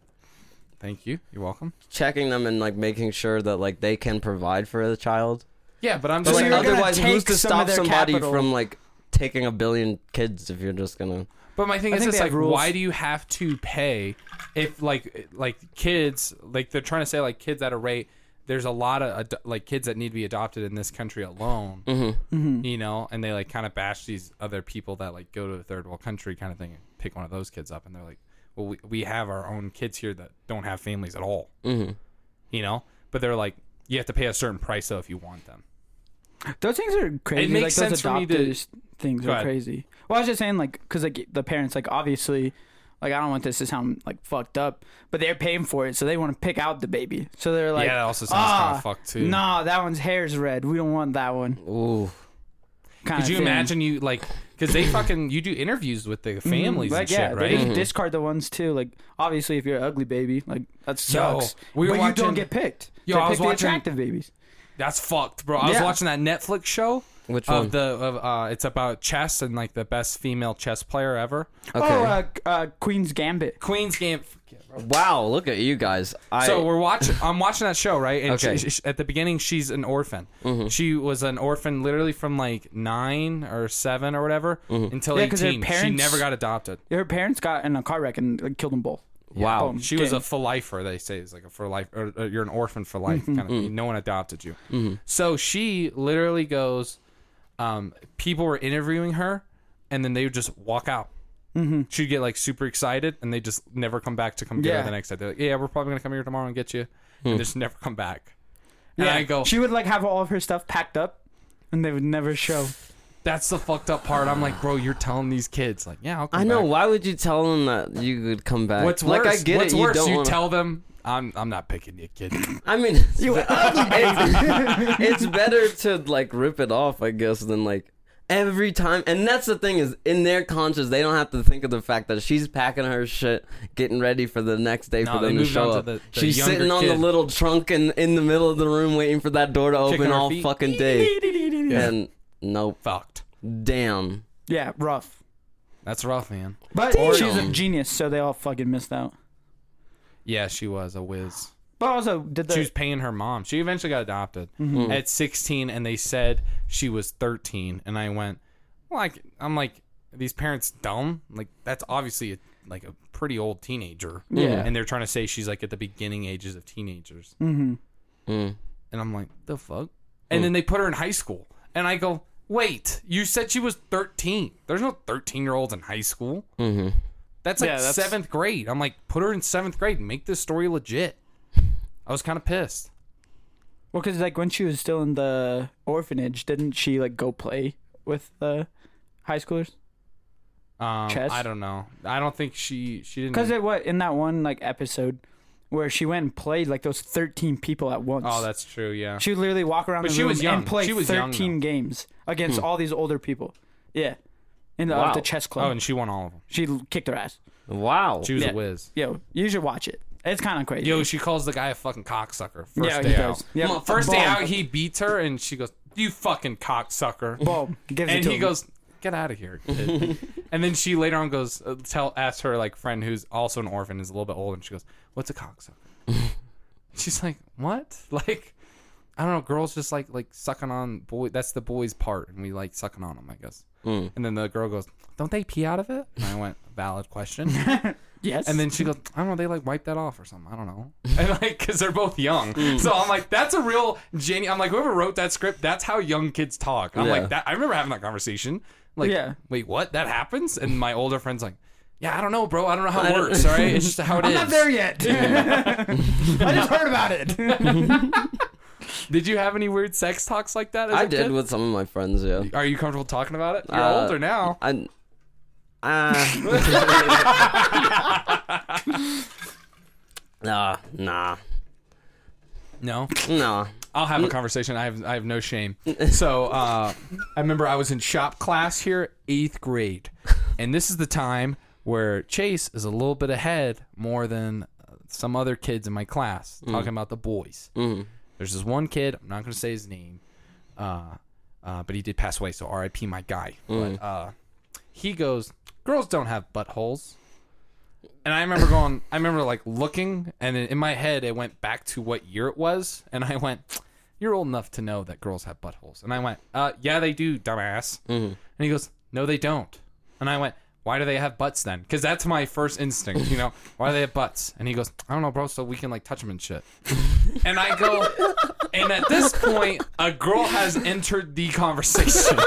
Speaker 3: Thank you. You're welcome.
Speaker 4: checking them and like making sure that like they can provide for the child.
Speaker 3: Yeah, but I'm
Speaker 4: But
Speaker 3: just
Speaker 4: like,
Speaker 5: you're
Speaker 3: like,
Speaker 5: gonna
Speaker 4: otherwise, who's
Speaker 5: take
Speaker 4: to
Speaker 5: some of
Speaker 4: stop
Speaker 5: their
Speaker 4: somebody
Speaker 5: capital.
Speaker 4: from like taking a billion kids if you're just gonna?
Speaker 3: But my thing
Speaker 5: I
Speaker 3: is,
Speaker 5: think
Speaker 3: it's
Speaker 5: they
Speaker 3: like,
Speaker 5: have rules.
Speaker 3: why do you have to pay if like like kids like they're trying to say like kids at a rate. There's a lot of ad- like kids that need to be adopted in this country alone, you know, and they like kind of bash these other people that like go to a third world country kind of thing and pick one of those kids up, and they're like, well, we, we have our own kids here that don't have families at all, you know, but they're like, you have to pay a certain price though if you want them.
Speaker 5: Those things are crazy.
Speaker 3: makes
Speaker 5: like,
Speaker 3: sense
Speaker 5: those
Speaker 3: for me to-
Speaker 5: adopters things
Speaker 3: Go
Speaker 5: are
Speaker 3: ahead.
Speaker 5: crazy. Well, I was just saying, like, because like the parents, like, obviously, like, I don't want this to sound like fucked up, but they're paying for it, so they want to pick out the baby. So they're like,
Speaker 3: yeah, that also sounds kind
Speaker 5: "Ah,
Speaker 3: of fucked too.
Speaker 5: Nah, that one's hair's red. We don't want that one.
Speaker 4: Ooh,
Speaker 5: Kind
Speaker 3: Could you imagine you like because they fucking you do interviews with the families
Speaker 5: Mm-hmm. Like,
Speaker 3: and
Speaker 5: yeah,
Speaker 3: shit,
Speaker 5: they
Speaker 3: right?
Speaker 5: just
Speaker 4: Mm-hmm.
Speaker 5: discard the ones too. Like, obviously, if you're an ugly baby, like that sucks.
Speaker 3: we were
Speaker 5: but you
Speaker 3: watching-
Speaker 5: don't get picked.
Speaker 3: Yo,
Speaker 5: They
Speaker 3: I
Speaker 5: pick
Speaker 3: was
Speaker 5: the
Speaker 3: watching-
Speaker 5: attractive babies.
Speaker 3: That's fucked, bro. I was
Speaker 5: Yeah.
Speaker 3: watching that Netflix show.
Speaker 4: Which one?
Speaker 3: Of the of uh, it's about chess and like the best female chess player ever.
Speaker 4: okay.
Speaker 5: Oh, uh, uh, Queen's Gambit.
Speaker 3: Queen's Game.
Speaker 4: wow, look at you guys. I
Speaker 3: So we're watching. I'm watching that show, right? And
Speaker 4: Okay. Mm-hmm.
Speaker 3: she, she- at the beginning, she's an orphan. She was an orphan literally from like nine or seven or whatever
Speaker 4: Mm-hmm.
Speaker 3: until
Speaker 5: Yeah, 'cause her
Speaker 3: eighteen. she
Speaker 5: parents-
Speaker 3: never got adopted.
Speaker 5: Her parents got in a car wreck and like, killed them both.
Speaker 4: wow.
Speaker 5: Boom.
Speaker 3: She was
Speaker 5: Game.
Speaker 3: a for lifer. They say it's like a for life, or, or you're an orphan for life.
Speaker 4: Mm-hmm,
Speaker 3: Kind of thing. No one adopted you. So she literally goes. Um, people were interviewing her, and then they would just walk out.
Speaker 4: Mm-hmm.
Speaker 3: She'd get like super excited, and they just never come back to come get
Speaker 5: Yeah.
Speaker 3: her the next day. They're like, "Yeah, we're probably gonna come here tomorrow and get you,"
Speaker 4: Hmm.
Speaker 3: and just never come back. And I go,
Speaker 5: She would like have all of her stuff packed up, and they would never show.
Speaker 3: "That's the fucked up part." I'm like, "Bro, you're telling these kids like, yeah, I'll come
Speaker 4: I know.
Speaker 3: back."
Speaker 4: Why would you tell them that you could come back?
Speaker 3: What's
Speaker 4: like,
Speaker 3: worse?
Speaker 4: I get
Speaker 3: What's
Speaker 4: it.
Speaker 3: worse?
Speaker 4: You,
Speaker 3: You,
Speaker 4: don't wanna-
Speaker 3: tell them I'm I'm not picking you, kid.
Speaker 4: I mean, it's, it's better to like rip it off, I guess, than like every time. And that's the thing is, in their conscience, they don't have to think of the fact that she's packing her shit, getting ready for the next day
Speaker 3: No,
Speaker 4: for
Speaker 3: they
Speaker 4: them to
Speaker 3: moved
Speaker 4: show
Speaker 3: on to
Speaker 4: up.
Speaker 3: the- the
Speaker 4: she's
Speaker 3: younger
Speaker 4: sitting on the
Speaker 3: kid.
Speaker 4: little trunk in in the middle of the room, waiting for that door to
Speaker 3: Kicking
Speaker 4: open
Speaker 3: her
Speaker 4: all
Speaker 3: feet.
Speaker 4: fucking day. And nope,
Speaker 3: Fucked.
Speaker 4: damn.
Speaker 5: Yeah, rough.
Speaker 3: That's rough, man.
Speaker 5: But
Speaker 4: Damn.
Speaker 5: she's a genius, so they all fucking missed out.
Speaker 3: Yeah, she was a whiz.
Speaker 5: But Mm-hmm. also, did the
Speaker 3: she was paying her mom. She eventually got adopted at 16, and they said she was 13. And I went, like, I'm like, are these parents dumb? Like, that's obviously a, like a pretty old teenager.
Speaker 5: Yeah.
Speaker 3: And they're trying to say she's like at the beginning ages of teenagers.
Speaker 4: Mm.
Speaker 3: And I'm like, the fuck? And then they put her in high school. And I go, wait, you said she was 13. There's no 13 year olds in high school. Mm-hmm. That's like
Speaker 5: Yeah, that's-
Speaker 3: seventh grade. I'm like, put her in seventh grade and make this story legit. I was kind of pissed.
Speaker 5: well, because like when she was still in the orphanage, didn't she like go play with the high schoolers?
Speaker 3: Um,
Speaker 5: Chess?
Speaker 3: I don't know. I don't think she she didn't.
Speaker 5: Because it what in that one like episode where she went and played like those thirteen people at once.
Speaker 3: oh, that's true. Yeah.
Speaker 5: She would literally walk around
Speaker 3: But
Speaker 5: the
Speaker 3: she
Speaker 5: room
Speaker 3: was young.
Speaker 5: and play
Speaker 3: She was young,
Speaker 5: 13
Speaker 3: though.
Speaker 5: games against all these older people. Yeah. In the,
Speaker 4: Wow.
Speaker 5: the chess club.
Speaker 3: oh, and she won all of them.
Speaker 5: she l- kicked her ass.
Speaker 4: Wow.
Speaker 3: She was
Speaker 5: Yeah.
Speaker 3: a whiz.
Speaker 5: Yo, you should watch it. It's kind of crazy.
Speaker 3: Yo, she calls the guy a fucking cocksucker. First
Speaker 5: Yeah, he
Speaker 3: day
Speaker 5: does.
Speaker 3: out.
Speaker 5: Yeah,
Speaker 3: Well, first day
Speaker 5: boom.
Speaker 3: out, he beats her, and she goes, "You fucking cocksucker."
Speaker 5: Boom. Gives it
Speaker 3: and
Speaker 5: to
Speaker 3: he
Speaker 5: him.
Speaker 3: goes, "Get out of here." kid." and then she later on goes, uh, "Tell," asks her like friend who's also an orphan, is a little bit older, and she goes, "What's a cocksucker?" She's like, "What?" Like, I don't know. Girls just like like sucking on boy. That's the boys' part, and we like sucking on them, I guess. And then the girl goes, "Don't they pee out of it?" And I went, "Valid question."
Speaker 5: yes.
Speaker 3: And then she goes, I don't know, they like wipe that off or something. I don't know. And like, cause they're both young.
Speaker 4: Mm.
Speaker 3: So I'm like, that's a real genuine. I'm like, whoever wrote that script, that's how young kids talk. I'm
Speaker 4: Yeah.
Speaker 3: like, that. I remember having that conversation. Like,
Speaker 5: Yeah.
Speaker 3: wait, what? That happens? And my older friend's like, yeah, I don't know, bro. I don't know how
Speaker 4: I
Speaker 3: it
Speaker 4: don't-
Speaker 3: works. All right. It's just how it is.
Speaker 5: I'm not there yet. I just heard about it.
Speaker 3: Did you have any weird sex talks like that? As
Speaker 4: I
Speaker 3: a
Speaker 4: did
Speaker 3: kid?
Speaker 4: with some of my friends. Yeah.
Speaker 3: Are you comfortable talking about it? You're
Speaker 4: Uh,
Speaker 3: older now.
Speaker 4: I. Uh, nah, nah,
Speaker 3: No.
Speaker 4: nah.
Speaker 3: I'll have a conversation. I have I have no shame. So uh, I remember I was in shop class here, eighth grade, and this is the time where Chase is a little bit ahead more than uh, some other kids in my class. Talking about the boys. There's this one kid. I'm not going to say his name, uh, uh, but he did pass away. So R.I.P. My guy. But, uh, he goes, "Girls don't have buttholes." And I remember going, I remember like looking, and in in my head, it went back to what year it was. And I went, You're old enough to know that girls have buttholes. And I went, uh, Yeah, they do, dumbass. And he goes, No, they don't. And I went, Why do they have butts then? Because that's my first instinct, you know, why do they have butts? And he goes, I don't know, bro, so we can like touch them and shit. And I go, And at this point, a girl has entered the conversation.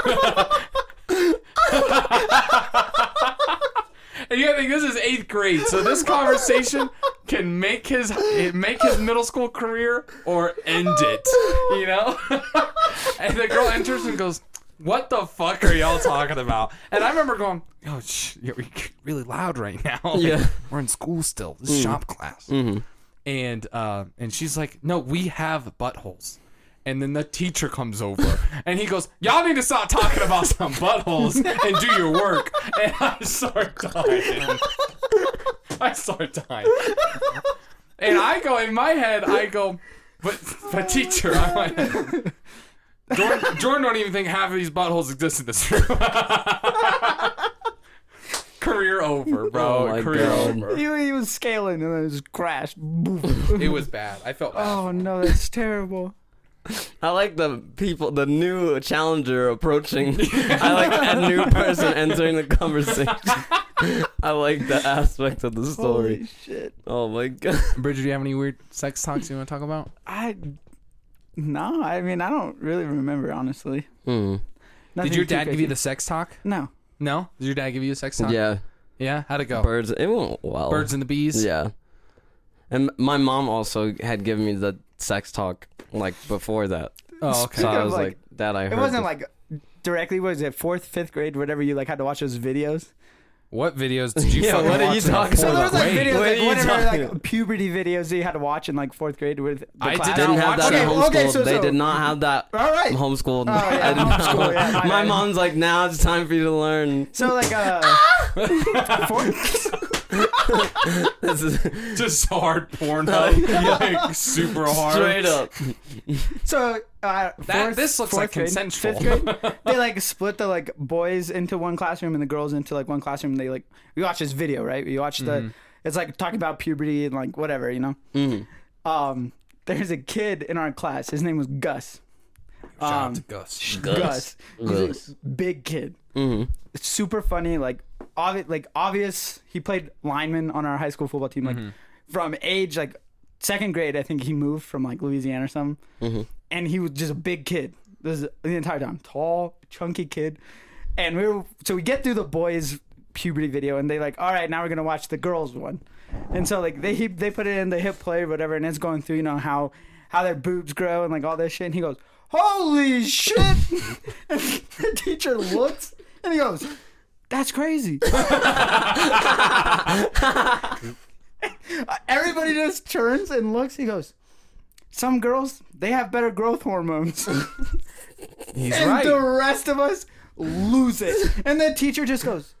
Speaker 3: And you gotta think this is eighth grade, so this conversation can make his make his middle school career or end it. You know? and the girl enters and goes, "What the fuck are y'all talking about?" And I remember going, "Oh, sh- you're really loud right now. Like,
Speaker 4: Yeah.
Speaker 3: we're in school still. This is shop class." And uh, and she's like, "No, we have buttholes." And then the teacher comes over and he goes, Y'all need to stop talking about some buttholes and do your work. And I start dying. I start dying. And I go, in my head, I go, But, but teacher, I'm like, Jordan, Jordan don't even think half of these buttholes exist in this room. Career over, bro.
Speaker 4: Oh my
Speaker 3: Career
Speaker 4: God.
Speaker 3: over.
Speaker 5: he, he was scaling and then it just crashed. Boof.
Speaker 3: It was bad. I felt bad.
Speaker 5: oh no, that's terrible.
Speaker 4: I like the people, the new challenger approaching. I like a new person entering the conversation. I like the aspect of the story.
Speaker 5: Holy shit.
Speaker 4: Oh my god.
Speaker 3: Bridget, do you have any weird sex talks you want to talk about?
Speaker 5: I. No, I mean, I don't really remember, honestly.
Speaker 4: Mm.
Speaker 5: Nothing
Speaker 3: Did your
Speaker 5: too
Speaker 3: dad give you
Speaker 5: crazy.
Speaker 3: the sex talk?
Speaker 5: No.
Speaker 3: No. Did your dad give you a sex talk?
Speaker 4: Yeah.
Speaker 3: Yeah, how'd it go?
Speaker 4: Birds. It went well.
Speaker 3: Birds and the bees.
Speaker 4: Yeah. And my mom also had given me the sex talk like before that.
Speaker 3: Oh, okay.
Speaker 4: So I
Speaker 5: of,
Speaker 4: was
Speaker 5: like,
Speaker 4: like, that I heard.
Speaker 5: It wasn't
Speaker 4: this-
Speaker 5: like directly. What is it? Fourth, fifth grade, whatever. You like had to watch those videos.
Speaker 3: What videos did you?
Speaker 4: Yeah,
Speaker 3: fucking
Speaker 4: what are you
Speaker 3: watch in
Speaker 4: talking
Speaker 3: fourth
Speaker 4: about?
Speaker 5: So there was like
Speaker 3: grade?
Speaker 4: What
Speaker 5: videos,
Speaker 4: are
Speaker 5: like
Speaker 4: you
Speaker 5: whatever,
Speaker 4: talking-
Speaker 5: like puberty videos that you had to watch in like fourth grade with. The
Speaker 3: I did
Speaker 5: class.
Speaker 3: not
Speaker 4: didn't have
Speaker 3: watch
Speaker 4: that in
Speaker 5: it.
Speaker 4: homeschool.
Speaker 5: Okay, okay, so-
Speaker 4: they
Speaker 5: so-
Speaker 4: did not have that
Speaker 5: All right. Oh,
Speaker 4: homeschool.
Speaker 5: yeah, homeschool, yeah, my
Speaker 4: my
Speaker 5: bad.
Speaker 4: mom's like, now it's time for you to learn.
Speaker 5: So like uh, fourth,
Speaker 4: This is
Speaker 3: Just hard porn, like super hard.
Speaker 4: straight up.
Speaker 5: so uh, fourth,
Speaker 3: That- this looks
Speaker 5: fourth
Speaker 3: like
Speaker 5: grade,
Speaker 3: consensual.
Speaker 5: Fifth grade, they like split the like boys into one classroom and the girls into like one classroom. And they like we watch this video, right? We watch the
Speaker 3: Mm-hmm.
Speaker 5: it's like talking about puberty and like whatever, you know.
Speaker 3: Mm-hmm.
Speaker 5: Um, there's a kid in our class. His name was Gus.
Speaker 3: Shout out to
Speaker 5: Um,
Speaker 3: Gus.
Speaker 5: Gus. He's
Speaker 4: Gus.
Speaker 5: a big kid. Super funny, like obvi- like obvious. He played lineman on our high school football team. Like from age like second grade, I think he moved from like Louisiana or something. And he was just a big kid. This is the entire time, tall, chunky kid. And we were so we get through the boys puberty video, and they like, all right, now we're gonna watch the girls one. And so like they they put it in the hip play or whatever, and it's going through you know how how their boobs grow and like all this shit. And he goes, holy shit! and the teacher looks and he goes, that's crazy. Everybody just turns and looks. He goes, some girls they have better growth hormones.
Speaker 3: He's
Speaker 5: and
Speaker 3: right.
Speaker 5: the rest of us lose it. And the teacher just goes,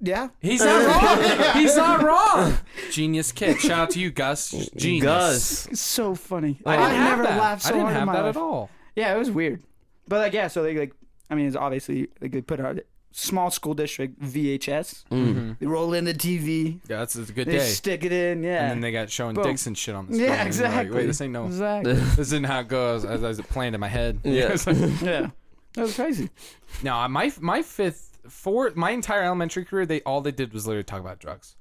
Speaker 5: yeah.
Speaker 3: He's not
Speaker 5: Uh,
Speaker 3: wrong. He's not wrong. Genius kid. Shout out to you, Gus. Genius.
Speaker 4: Gus.
Speaker 5: It's so funny.
Speaker 3: I didn't
Speaker 5: I've
Speaker 3: have
Speaker 5: never
Speaker 3: that.
Speaker 5: laughed so
Speaker 3: I didn't
Speaker 5: hard
Speaker 3: have
Speaker 5: in my
Speaker 3: that
Speaker 5: life.
Speaker 3: at all.
Speaker 5: Yeah, it was weird. But like, yeah, so they like, I mean, it's obviously like they put out a small school district VHS. They roll in the TV.
Speaker 3: Mm-hmm. Yeah, that's a good
Speaker 5: They
Speaker 3: day.
Speaker 5: stick it in. Yeah.
Speaker 3: And then they got showing
Speaker 5: Boom.
Speaker 3: dicks and shit on the screen.
Speaker 5: yeah,
Speaker 3: and you're like,
Speaker 5: exactly.
Speaker 3: Wait, this ain't no.
Speaker 5: Exactly.
Speaker 3: This isn't how it goes. As, as it planned in my head.
Speaker 4: Yeah.
Speaker 3: It's like-
Speaker 5: yeah. That was crazy.
Speaker 3: no, my my fifth, four, my entire elementary career, they all they did was literally talk about drugs.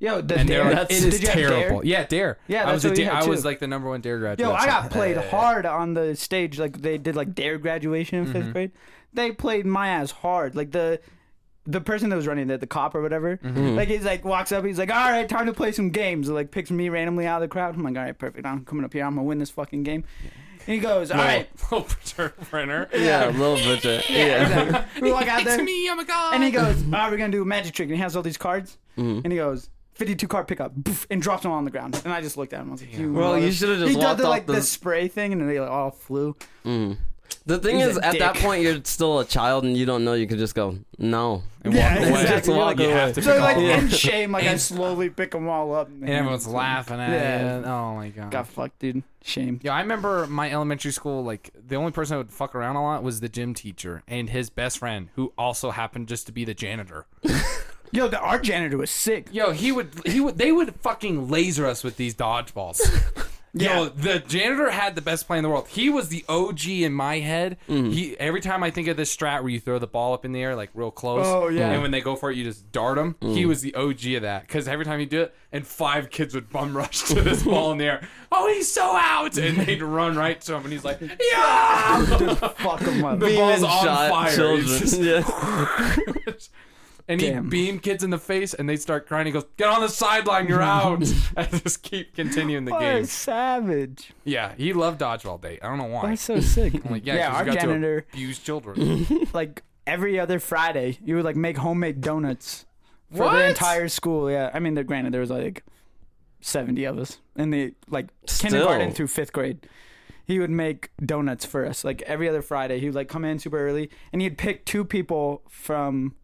Speaker 5: Yo, the
Speaker 3: And
Speaker 5: dare.
Speaker 3: they're like, it
Speaker 5: did
Speaker 3: is
Speaker 5: you have Dare?
Speaker 3: terrible. Yeah, dare.
Speaker 5: Yeah,
Speaker 3: I was
Speaker 5: that's
Speaker 3: a
Speaker 5: what we
Speaker 3: dare,
Speaker 5: had,
Speaker 3: I was
Speaker 5: too.
Speaker 3: like the number one dare graduate.
Speaker 5: Yo, I
Speaker 3: So-
Speaker 5: got played
Speaker 4: eh.
Speaker 5: hard on the stage. Like they did like dare graduation in 5th
Speaker 4: Mm-hmm.
Speaker 5: grade. They played my ass hard. Like the the person that was running it, the cop or whatever,
Speaker 4: Mm-hmm.
Speaker 5: like he's like walks up, he's like, All right, time to play some games. Like picks me randomly out of the crowd. I'm like, All right, perfect. I'm coming up here, I'm gonna win this fucking game. And he goes, All right,
Speaker 3: Little return printer.
Speaker 4: Yeah, a little bit. of- Yeah.
Speaker 5: we walk out there.
Speaker 3: me, I'm a god.
Speaker 5: And he goes, All right, we're gonna do a magic trick. And he has all these cards. And he goes, 52 card pickup, boof, and drops them on the ground. And I just looked at him. I was like, you
Speaker 4: Well, you
Speaker 5: mother-"
Speaker 4: should have
Speaker 5: He
Speaker 4: just
Speaker 5: did
Speaker 4: walked
Speaker 5: the,
Speaker 4: off
Speaker 5: like
Speaker 4: the.
Speaker 5: the spray thing, and they like all flew.
Speaker 4: Mm. the thing
Speaker 5: He's
Speaker 4: is,
Speaker 5: a
Speaker 4: at that
Speaker 5: dick.
Speaker 4: point, you're still a child and you don't know. You could just go, no.
Speaker 5: Yeah,
Speaker 3: walk away.
Speaker 5: exactly.
Speaker 4: Just walk
Speaker 3: You
Speaker 4: away.
Speaker 3: have to
Speaker 5: So
Speaker 3: pick
Speaker 5: like
Speaker 3: all of them.
Speaker 5: in shame, like I slowly pick them all up. And
Speaker 3: And everyone's laughing at
Speaker 5: Yeah.
Speaker 3: it. Oh my god.
Speaker 5: got fucked, dude. Shame.
Speaker 3: Yeah, I remember my elementary school. Like the only person I would fuck around a lot was the gym teacher and his best friend, who also happened just to be the janitor.
Speaker 5: Yo, the art janitor was sick.
Speaker 3: Yo, he would, he would, they would fucking laser us with these dodgeballs. Yo,
Speaker 5: Yeah.
Speaker 3: the janitor had the best play in the world. He was the OG in my head.
Speaker 5: Mm.
Speaker 3: He every time I think of this strat where you throw the ball up in the air like real close,
Speaker 5: Oh, yeah. Mm.
Speaker 3: and when they go for it, you just dart him. He was the OG of that because every time you do it, and five kids would bum rush to this ball in the air. Oh, he's so out, and they'd run right to him, and he's like, yeah.
Speaker 5: Fuck him up.
Speaker 3: The ball's on
Speaker 4: shot
Speaker 3: fire. It's just-
Speaker 4: children. Yeah.
Speaker 3: and
Speaker 5: Damn.
Speaker 3: he beam kids in the face, and they start crying. He goes, "Get on the sideline, you're out!" and just keep continuing the
Speaker 5: What
Speaker 3: game.
Speaker 5: a savage.
Speaker 3: Yeah, he loved dodgeball day. I don't know why.
Speaker 5: That's so sick.
Speaker 3: Like, yeah, 'cause
Speaker 5: our
Speaker 3: you got
Speaker 5: janitor,
Speaker 3: to abuse children.
Speaker 5: like every other Friday, he would like make homemade donuts for
Speaker 3: What?
Speaker 5: the entire school. Yeah, I mean, there- granted, there was like seventy of us in the like kindergarten
Speaker 4: Still.
Speaker 5: through fifth grade. He would make donuts for us. Like every other Friday, he would like come in super early, and he'd pick two people from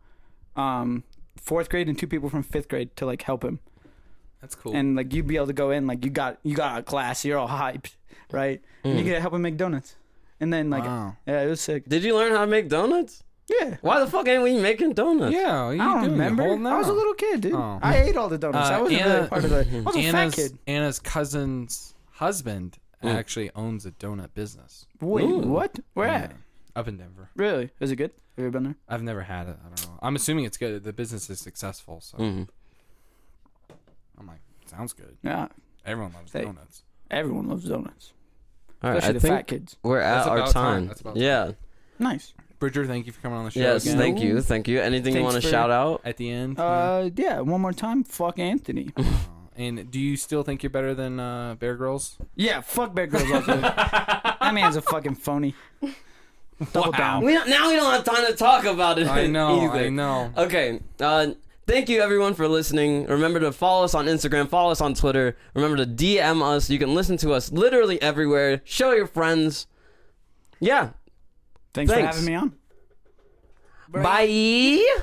Speaker 5: um, fourth grade and two people from fifth grade to like help him.
Speaker 3: That's cool.
Speaker 5: And like you'd be able to go in, like you got you got a class, you're all hyped, right? And you could help him make donuts. And then like
Speaker 3: Wow.
Speaker 5: yeah, it was sick.
Speaker 4: Mm. Did you learn how to make donuts?
Speaker 5: Yeah.
Speaker 4: Why the fuck ain't we making donuts?
Speaker 3: yeah, what are you
Speaker 5: I
Speaker 3: doing?
Speaker 5: don't
Speaker 3: You
Speaker 5: remember.
Speaker 3: holding
Speaker 5: I was a
Speaker 3: out?
Speaker 5: little kid, dude.
Speaker 3: Oh.
Speaker 5: I ate all the donuts.
Speaker 3: Uh,
Speaker 5: I wasn't
Speaker 3: Anna-
Speaker 5: really part of the. I was a fat
Speaker 3: Anna's,
Speaker 5: kid. Mm.
Speaker 3: Anna's cousin's husband actually owns a donut business
Speaker 5: Wait, what? Where at?
Speaker 3: up in Denver.
Speaker 5: Really? Is it good? Have you ever been there?
Speaker 3: I've never had it. I don't know. I'm assuming it's good. The business is successful, so I'm like, sounds good.
Speaker 5: Yeah.
Speaker 3: Everyone loves
Speaker 5: Mm-hmm. Hey.
Speaker 3: donuts.
Speaker 5: Everyone loves donuts,
Speaker 4: All right,
Speaker 5: especially
Speaker 4: I
Speaker 5: the
Speaker 4: think
Speaker 5: fat kids.
Speaker 4: we're at
Speaker 3: That's
Speaker 4: our
Speaker 3: about time.
Speaker 4: time.
Speaker 3: That's about time.
Speaker 4: Yeah.
Speaker 5: Nice.
Speaker 3: Bridger, thank you for coming on the show.
Speaker 4: Yes,
Speaker 3: again.
Speaker 4: thank you, thank you. Anything you
Speaker 5: Thanks
Speaker 4: want to
Speaker 5: for-
Speaker 4: shout out?
Speaker 3: At the end,
Speaker 5: Uh, yeah. One more time. Fuck Anthony.
Speaker 3: yeah. and do you still think you're better than uh, Bear Girls?
Speaker 5: yeah. Fuck Bear Grylls. also. that man's a fucking phony. Double down.
Speaker 4: We don't, now we don't have time to talk about it.
Speaker 3: I know,
Speaker 4: either.
Speaker 3: I know.
Speaker 4: Okay. Uh, thank you everyone for listening. Remember to follow us on Instagram, follow us on Twitter. Remember to DM us. You can listen to us literally everywhere. Show your friends. Yeah.
Speaker 5: Thanks,
Speaker 4: Thanks.
Speaker 5: for having me on.
Speaker 4: Bye.